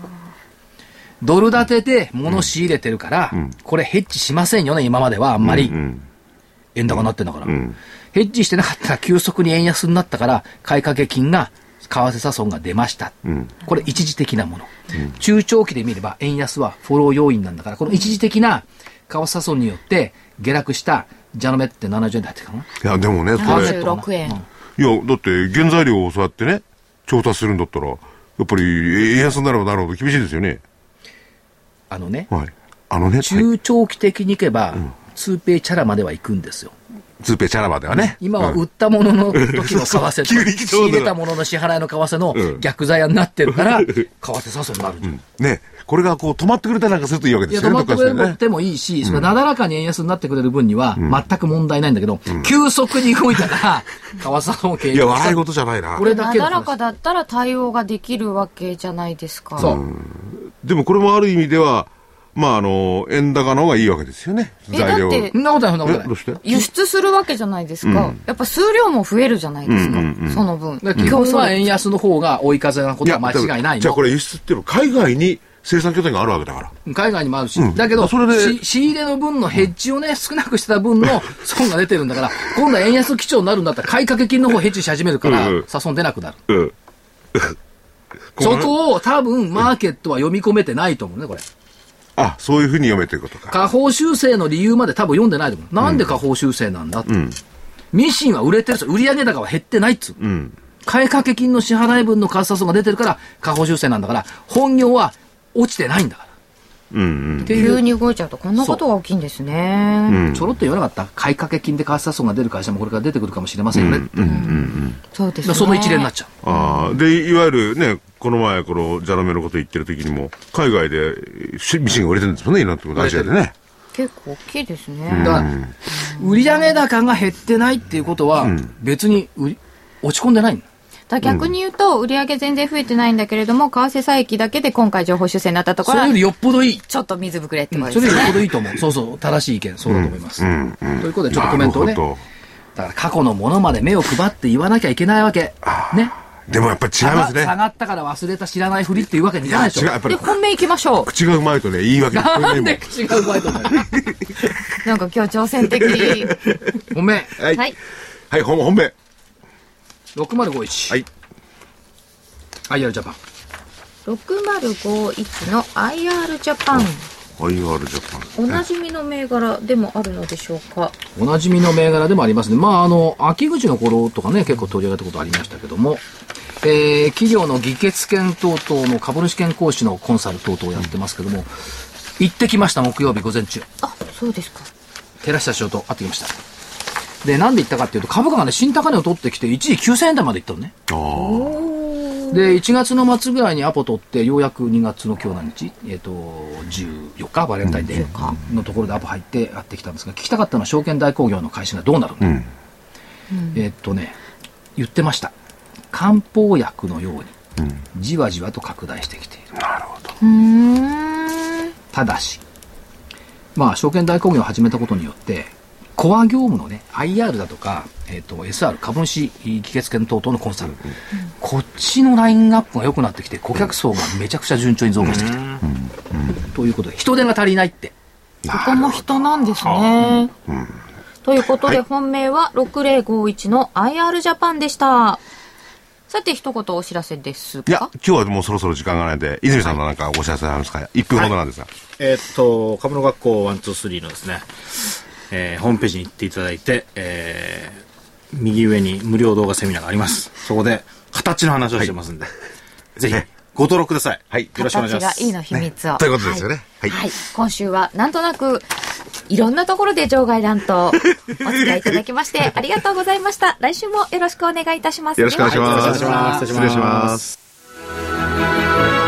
Speaker 2: ドル建てで物仕入れてるから、これヘッジしませんよね、今まではあんまり。円高になってんだから。ヘッジしてなかったら急速に円安になったから、買い掛け金が、為替差損が出ました。これ一時的なもの。中長期で見れば円安はフォロー要因なんだから、この一時的な為替差損によって下落したジャノメって70円台ってかな。
Speaker 4: いや、でもね、これ。
Speaker 1: ?76 円。
Speaker 4: いや、だって原材料をそうやってね、調達するんだったら、やっぱり円安になればなるほど厳しいですよね。
Speaker 2: あのね、
Speaker 4: はい。あのね、はい
Speaker 2: 中長期的にいけば、ツーペイチャラまでは行くんですよ。
Speaker 4: ツーペイチャラバではね。
Speaker 2: 今は
Speaker 4: うん
Speaker 2: 売ったものの時の為替と、
Speaker 4: 急に
Speaker 2: 仕入れたものの支払いの為替の逆座屋になってるから、為替差損になるんじゃない
Speaker 4: ね、これがこう止まってくれたりなんかするといいわけ
Speaker 2: い
Speaker 4: で
Speaker 2: や、
Speaker 4: すよ
Speaker 2: 止
Speaker 4: ね。
Speaker 2: まってくれ
Speaker 4: どっ
Speaker 2: なく
Speaker 4: かですよね
Speaker 2: てもいいし、それなだらかに円安になってくれる分には、全く問題ないんだけど、急速に動いた から、為替差損を経営
Speaker 4: いや、笑い事じゃないな
Speaker 2: こ。れだ
Speaker 6: な
Speaker 2: けの
Speaker 6: だら
Speaker 2: 話
Speaker 6: かだったら対応ができるわけじゃないですか。
Speaker 2: そう。
Speaker 4: でもこれもある意味では、まあ、あの、円高の方がいいわけですよね。
Speaker 6: え
Speaker 4: 材料
Speaker 6: だって
Speaker 2: そんなことない、そんなことな
Speaker 4: え
Speaker 2: い
Speaker 4: どう。して
Speaker 6: 輸出するわけじゃないですか。やっぱ数量も増えるじゃないですか。その分。
Speaker 2: だから基本は円安の方が追い風なことは間違いない
Speaker 4: じゃあこ
Speaker 2: の。
Speaker 4: れ輸出っていうのは海外に生産拠点があるわけだから。
Speaker 2: 海外にもあるし、だけど、
Speaker 4: それで
Speaker 2: し仕入れの分のヘッジをね、少なくしてた分 の損が出てるんだから、今度は円安基調になるんだったら、買いかけ金の方ヘッジし始めるから
Speaker 4: うんうん、
Speaker 2: 差損出なくなる。
Speaker 4: うん。
Speaker 2: そこを多分マーケットは読み込めてないと思うね、これ。
Speaker 4: あ、そういうふうに読めてることか。
Speaker 2: 下方修正の理由まで多分読んでないと思う。なんで下方修正なんだって。
Speaker 4: ん
Speaker 2: ミシンは売れてるし、売上高は減ってないっつう。
Speaker 4: うん。
Speaker 2: 買い掛け金の支払い分のカスタ損が出てるから、下方修正なんだから、本業は落ちてないんだから。
Speaker 4: うんうん。
Speaker 2: っていう
Speaker 6: 急に動いちゃうとこんなことが起きんです
Speaker 4: う
Speaker 6: ね。
Speaker 4: ん
Speaker 2: ちょろっと言わなかった買い掛け金で為替差損が出る会社もこれから出てくるかもしれませんよね。
Speaker 6: そうです
Speaker 2: だか
Speaker 6: ね。
Speaker 2: らその一例になっちゃう。
Speaker 4: ああ、で、いわゆるね、この前、この、ジャラメのこと言ってる時にも、海外で、しミシンが売れてるんですもんね、今のところ、アジアでね。
Speaker 6: 結構大きいですね。
Speaker 2: だから、売上高が減ってないっていうことは、別に売り落ち込んでないの
Speaker 6: だから逆に言うと、売り上げ全然増えてないんだけれども、為替差益だけで今回情報修正になったとこ
Speaker 2: そ
Speaker 6: ろ
Speaker 2: れ
Speaker 6: は
Speaker 2: よ、りよっぽどいい。
Speaker 6: ちょっと水ぶくれって
Speaker 2: う
Speaker 6: こ
Speaker 2: ん
Speaker 6: と
Speaker 2: そ
Speaker 6: で
Speaker 2: れ
Speaker 6: すね
Speaker 2: よりよっぽ。どいいと思う。そうそう、正しい意見、そうだと思います。
Speaker 4: うんうん。
Speaker 2: ということで、ちょっとコメントをね
Speaker 4: な。るほ
Speaker 2: だから過去のものまで目を配って言わなきゃいけないわけ。ね。
Speaker 4: どでもやっぱり違いますね。
Speaker 2: 下がったから忘れた知らないふりっていうわけにいかないで
Speaker 4: 違う、
Speaker 2: しょ
Speaker 4: や。っぱ
Speaker 6: で、
Speaker 4: り、
Speaker 6: 本命行きましょ
Speaker 4: 口がうまいとね、言い訳に聞こえないもん。
Speaker 2: 違うバイトだよ。
Speaker 6: う。なんか今日挑戦的。
Speaker 2: ごめん。
Speaker 4: はい。
Speaker 6: は
Speaker 4: はいい、ほん本命。
Speaker 2: 6051。
Speaker 4: はい。
Speaker 2: IR ジャパン。
Speaker 1: 6051の IR ジャパン。
Speaker 4: IR ジャパン。
Speaker 1: おなじみの銘柄でもあるのでしょうか。
Speaker 2: おなじみの銘柄でもありますね。まあ、あの、秋口の頃とかね、結構取り上げたことありましたけども、えー、企業の議決権等々の株主権行使のコンサル等々やってますけども、行ってきました、木曜日午前中。
Speaker 1: あ、そうですか。
Speaker 2: 寺下社長と会ってきました。で、なんで行ったかっていうと、株価がね、新高値を取ってきて、一時9000円台まで行ったのね。で、1月の末ぐらいにアポ取って、ようやく2月の今日何日えっ、と、14日、バレンタインデーのところでアポ入ってやってきたんですが、聞きたかったのは証券代行業の会社がどうなるのか、えっ、とね、言ってました。漢方薬のように、じわじわと拡大してきている。ただし、まあ、証券代行業を始めたことによって、コア業務のね、IR だとか、えっ、と、SR、株主議決権等々のコンサル、こっちのラインナップが良くなってきて、顧客層がめちゃくちゃ順調に増加してきてる。ということで、人手が足りないって、
Speaker 6: ここも人なんですね。
Speaker 1: ということで、本命は6051の IR ジャパンでした。
Speaker 6: さて、一言お知らせです
Speaker 4: いや、
Speaker 6: か
Speaker 4: 今日はもうそろそろ時間がないんで、泉さんのなんかお知らせありますか ?1 分ほどなんですが。
Speaker 5: えーっと、株の学校123のですね、えーホームページに行っていただいて、えー右上に無料動画セミナーがあります。そこで、形の話をしてますんで、ぜひ、ご登録ください。はい。よろしくお願いし
Speaker 6: 形
Speaker 5: ま
Speaker 6: が
Speaker 5: す。
Speaker 6: いいの秘密を。
Speaker 4: ということですよね。はい。
Speaker 6: はい。今週は、なんとなく、いろんなところで場外乱闘、お付き合いいただきまして、ありがとうございました。来週もよろしくお願いいたします。
Speaker 4: よろしくお願いします。
Speaker 5: お願いします
Speaker 4: 失礼します。